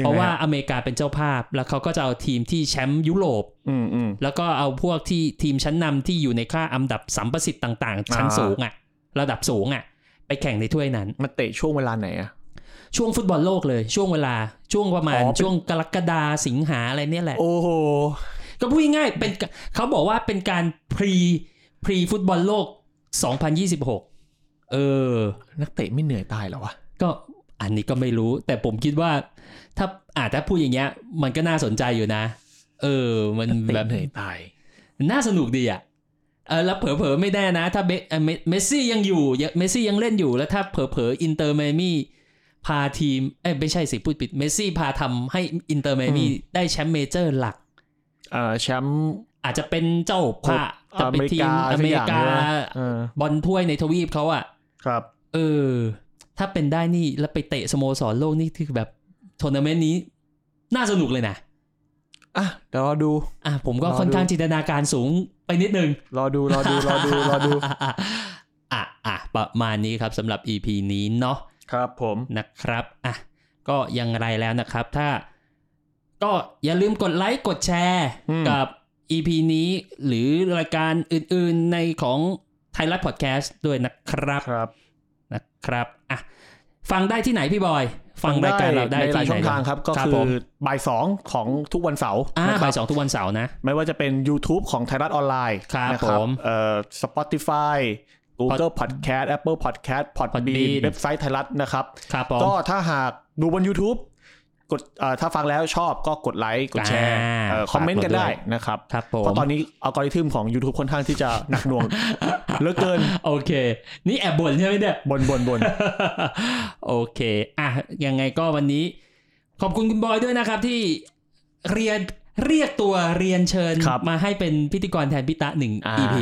[SPEAKER 3] ยังไง
[SPEAKER 4] เพราะว่า
[SPEAKER 3] ฮะ
[SPEAKER 4] อเมริกาเป็นเจ้าภาพ แล้วเขาก็จะเอาทีมที่แชมป์ยุโรป
[SPEAKER 3] อืมอืม
[SPEAKER 4] แล้วก็เอาพวกที่ทีมชั้นนำที่อยู่ในค่าอันดับสัมประสิทธิ์ต่างๆ ชั้น
[SPEAKER 3] อ่า
[SPEAKER 4] สูงอะระดับสูงอะไปแข่งในถ้วยนั้น
[SPEAKER 3] มันเตะช่วงเวลาไหนอ่ะ
[SPEAKER 4] ช่วงฟุตบอลโลกเลย ช่วงเวลาช่วงประมาณ
[SPEAKER 3] อ๋อเป็น
[SPEAKER 4] ช่วงกรกฎาสิงหาอะไรเนี่ยแหละ
[SPEAKER 3] โอ้โห
[SPEAKER 4] ก็พูดง่ายๆเป็นเขาบอกว่าเป็นการพรีพรีฟุตบอลโลก 2026 เออ
[SPEAKER 3] นักเตะไม่เหนื่อยตายเหรอวะ
[SPEAKER 4] ก็อันนี้ก็ไม่รู้ แต่ผมคิดว่า ถ้าอาจจะพูดอย่างเงี้ย มันก็น่าสนใจอยู่นะ เออ มัน
[SPEAKER 3] เตะ
[SPEAKER 4] แบบ
[SPEAKER 3] เหนื่อยตาย
[SPEAKER 4] น่าสนุกดีอ่ะเออแล้วเผลอๆไม่ได้นะ ถ้าเบเอ่อเมเมสซี่ยังอยู่ยังเมสซี่ยังเล่นอยู่แล้วถ้าเผลอๆอินเตอร์ไมอามี่พาทีมเอ้ยไม่ใช่สิพูดผิดเมสซี่พาทำให้อินเตอร์ไมอามี่ได้แชมป์เมเจอร์หลัก
[SPEAKER 3] เอ่อแชมป์
[SPEAKER 4] อาจจะเป็นเจ้าภาพ
[SPEAKER 3] เอ่อ
[SPEAKER 4] จะ
[SPEAKER 3] อ
[SPEAKER 4] เป็
[SPEAKER 3] เม
[SPEAKER 4] น
[SPEAKER 3] ริ
[SPEAKER 4] ทีม
[SPEAKER 3] กา
[SPEAKER 4] อเมริ
[SPEAKER 3] สัอ
[SPEAKER 4] กา
[SPEAKER 3] ย่งเนี่ยนะเออบ
[SPEAKER 4] อลถ้วยในทวีปเขาอ่ะ
[SPEAKER 3] ครับ
[SPEAKER 4] เออ ถ้าเป็นได้นี่แล้วไปเตะสโมสรโลกนี่คือแบบทัวร์นาเมนต์นี้น่าสนุกเลยนะ
[SPEAKER 3] อ่ะ เดี๋ยวรอดู
[SPEAKER 4] อ่ะผมก็ค่อนข้างจินตนาการสูงไปนิดนึง
[SPEAKER 3] รอดู รอดู รอดู รอ ดู
[SPEAKER 4] อ่ะอ่ะประมาณนี้ครับสำหรับ EP นี้เนาะ
[SPEAKER 3] ครับผม
[SPEAKER 4] นะครับอ่ะก็อยังไรแล้วนะครับ ถ้าก็อย่าลืมกดไลค์กดแชร์
[SPEAKER 3] อืม
[SPEAKER 4] กับ EP นี้หรือรายการอื่นๆในของไทยรัฐพอดแคสต์ด้วยนะครับ
[SPEAKER 3] ครับ
[SPEAKER 4] นะครับอ่ะฟังได้ที่ไหนพี่บอย ฟังรายการเราได้
[SPEAKER 3] ในหลาย
[SPEAKER 4] ที่
[SPEAKER 3] ช่อง
[SPEAKER 4] ไหน
[SPEAKER 3] ทางครับ ก็คื
[SPEAKER 4] ผ
[SPEAKER 3] อ
[SPEAKER 4] ม
[SPEAKER 3] บ่ายสองของทุกวันเสาร์
[SPEAKER 4] อ่า
[SPEAKER 3] นะค
[SPEAKER 4] บ่า
[SPEAKER 3] รั
[SPEAKER 4] ยสองทุกวันเสาร์นะ
[SPEAKER 3] ไม่ว่าจะเป็น YouTube ของไทยรัฐออนไลน์
[SPEAKER 4] ครับ
[SPEAKER 3] นะ
[SPEAKER 4] ผม
[SPEAKER 3] เอ่อ Spotify Google Podcast Apple Podcast Podbean
[SPEAKER 4] Podbean
[SPEAKER 3] เว็บไซต์ไทยรัฐนะครับ
[SPEAKER 4] ครับผม
[SPEAKER 3] ก็ถ้าหากดูบน YouTube กดเอ่อถ้าฟังแล้วชอบก็กดไลค์กดแชร์
[SPEAKER 4] อ่า
[SPEAKER 3] เอ่อคอมเมนต์กันได้นะครับ
[SPEAKER 4] ครับผม
[SPEAKER 3] เพราะตอนนี้อัลกอริทึมของ YouTube ค่อนข้างที่จะหนักหน่วงเหลือเกิน
[SPEAKER 4] โอเค นี่แอบบ่นใช่ไหมเนี่ย
[SPEAKER 3] บนบนบน
[SPEAKER 4] โอเค อ่ะ ยังไงก็วันนี้ ขอบคุณคุณบอยด้วยนะครับที่เรียนเรียกตัวเรียนเชิญ
[SPEAKER 3] ครับ
[SPEAKER 4] มาให้เป็นพิธีกรแทนพิตะหนึ่ง
[SPEAKER 3] อ่า
[SPEAKER 4] EP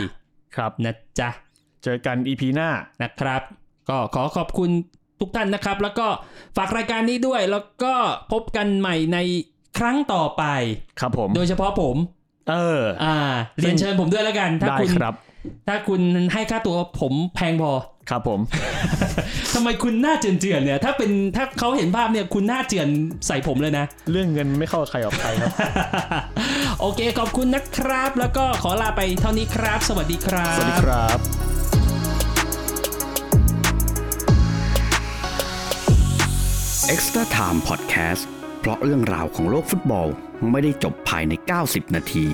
[SPEAKER 3] ครับ
[SPEAKER 4] นะจ๊ะ
[SPEAKER 3] เจอกัน EP หน้า
[SPEAKER 4] นะครับ ก็ขอขอบคุณทุกท่านนะครับ แล้วก็ฝากรายการนี้ด้วย แล้วก็พบกันใหม่ในครั้งต่อไป
[SPEAKER 3] ครับผม
[SPEAKER 4] โดยเฉพาะผม
[SPEAKER 3] เออ
[SPEAKER 4] อ่า เรียนเชิญผมด้วยแล้วกัน ถ้า
[SPEAKER 3] ได้
[SPEAKER 4] คุณ
[SPEAKER 3] ครับ
[SPEAKER 4] ถ้าคุณให้ค่าตัวผมแพงพอ
[SPEAKER 3] ครับผม
[SPEAKER 4] ทำไมคุณหน้าเจือนเจือนๆเนี่ย ถ้าเป็นถ้าเขาเห็นภาพเนี่ยคุณหน้าเจือนใส่ผมเลยนะ
[SPEAKER 3] เรื่องเงินไม่เข้าใครออกใครครับ
[SPEAKER 4] โอเคขอบคุณนะครับ แล้วก็ขอลาไปเท่านี้ครับ สวัสดีครับ
[SPEAKER 3] สวัสดีครับ
[SPEAKER 2] เอ็กซ์ตร้าไทม์พอดแคสต์ เพราะเรื่องราวของโลกฟุตบอลไม่ได้จบภายใน 90 นาที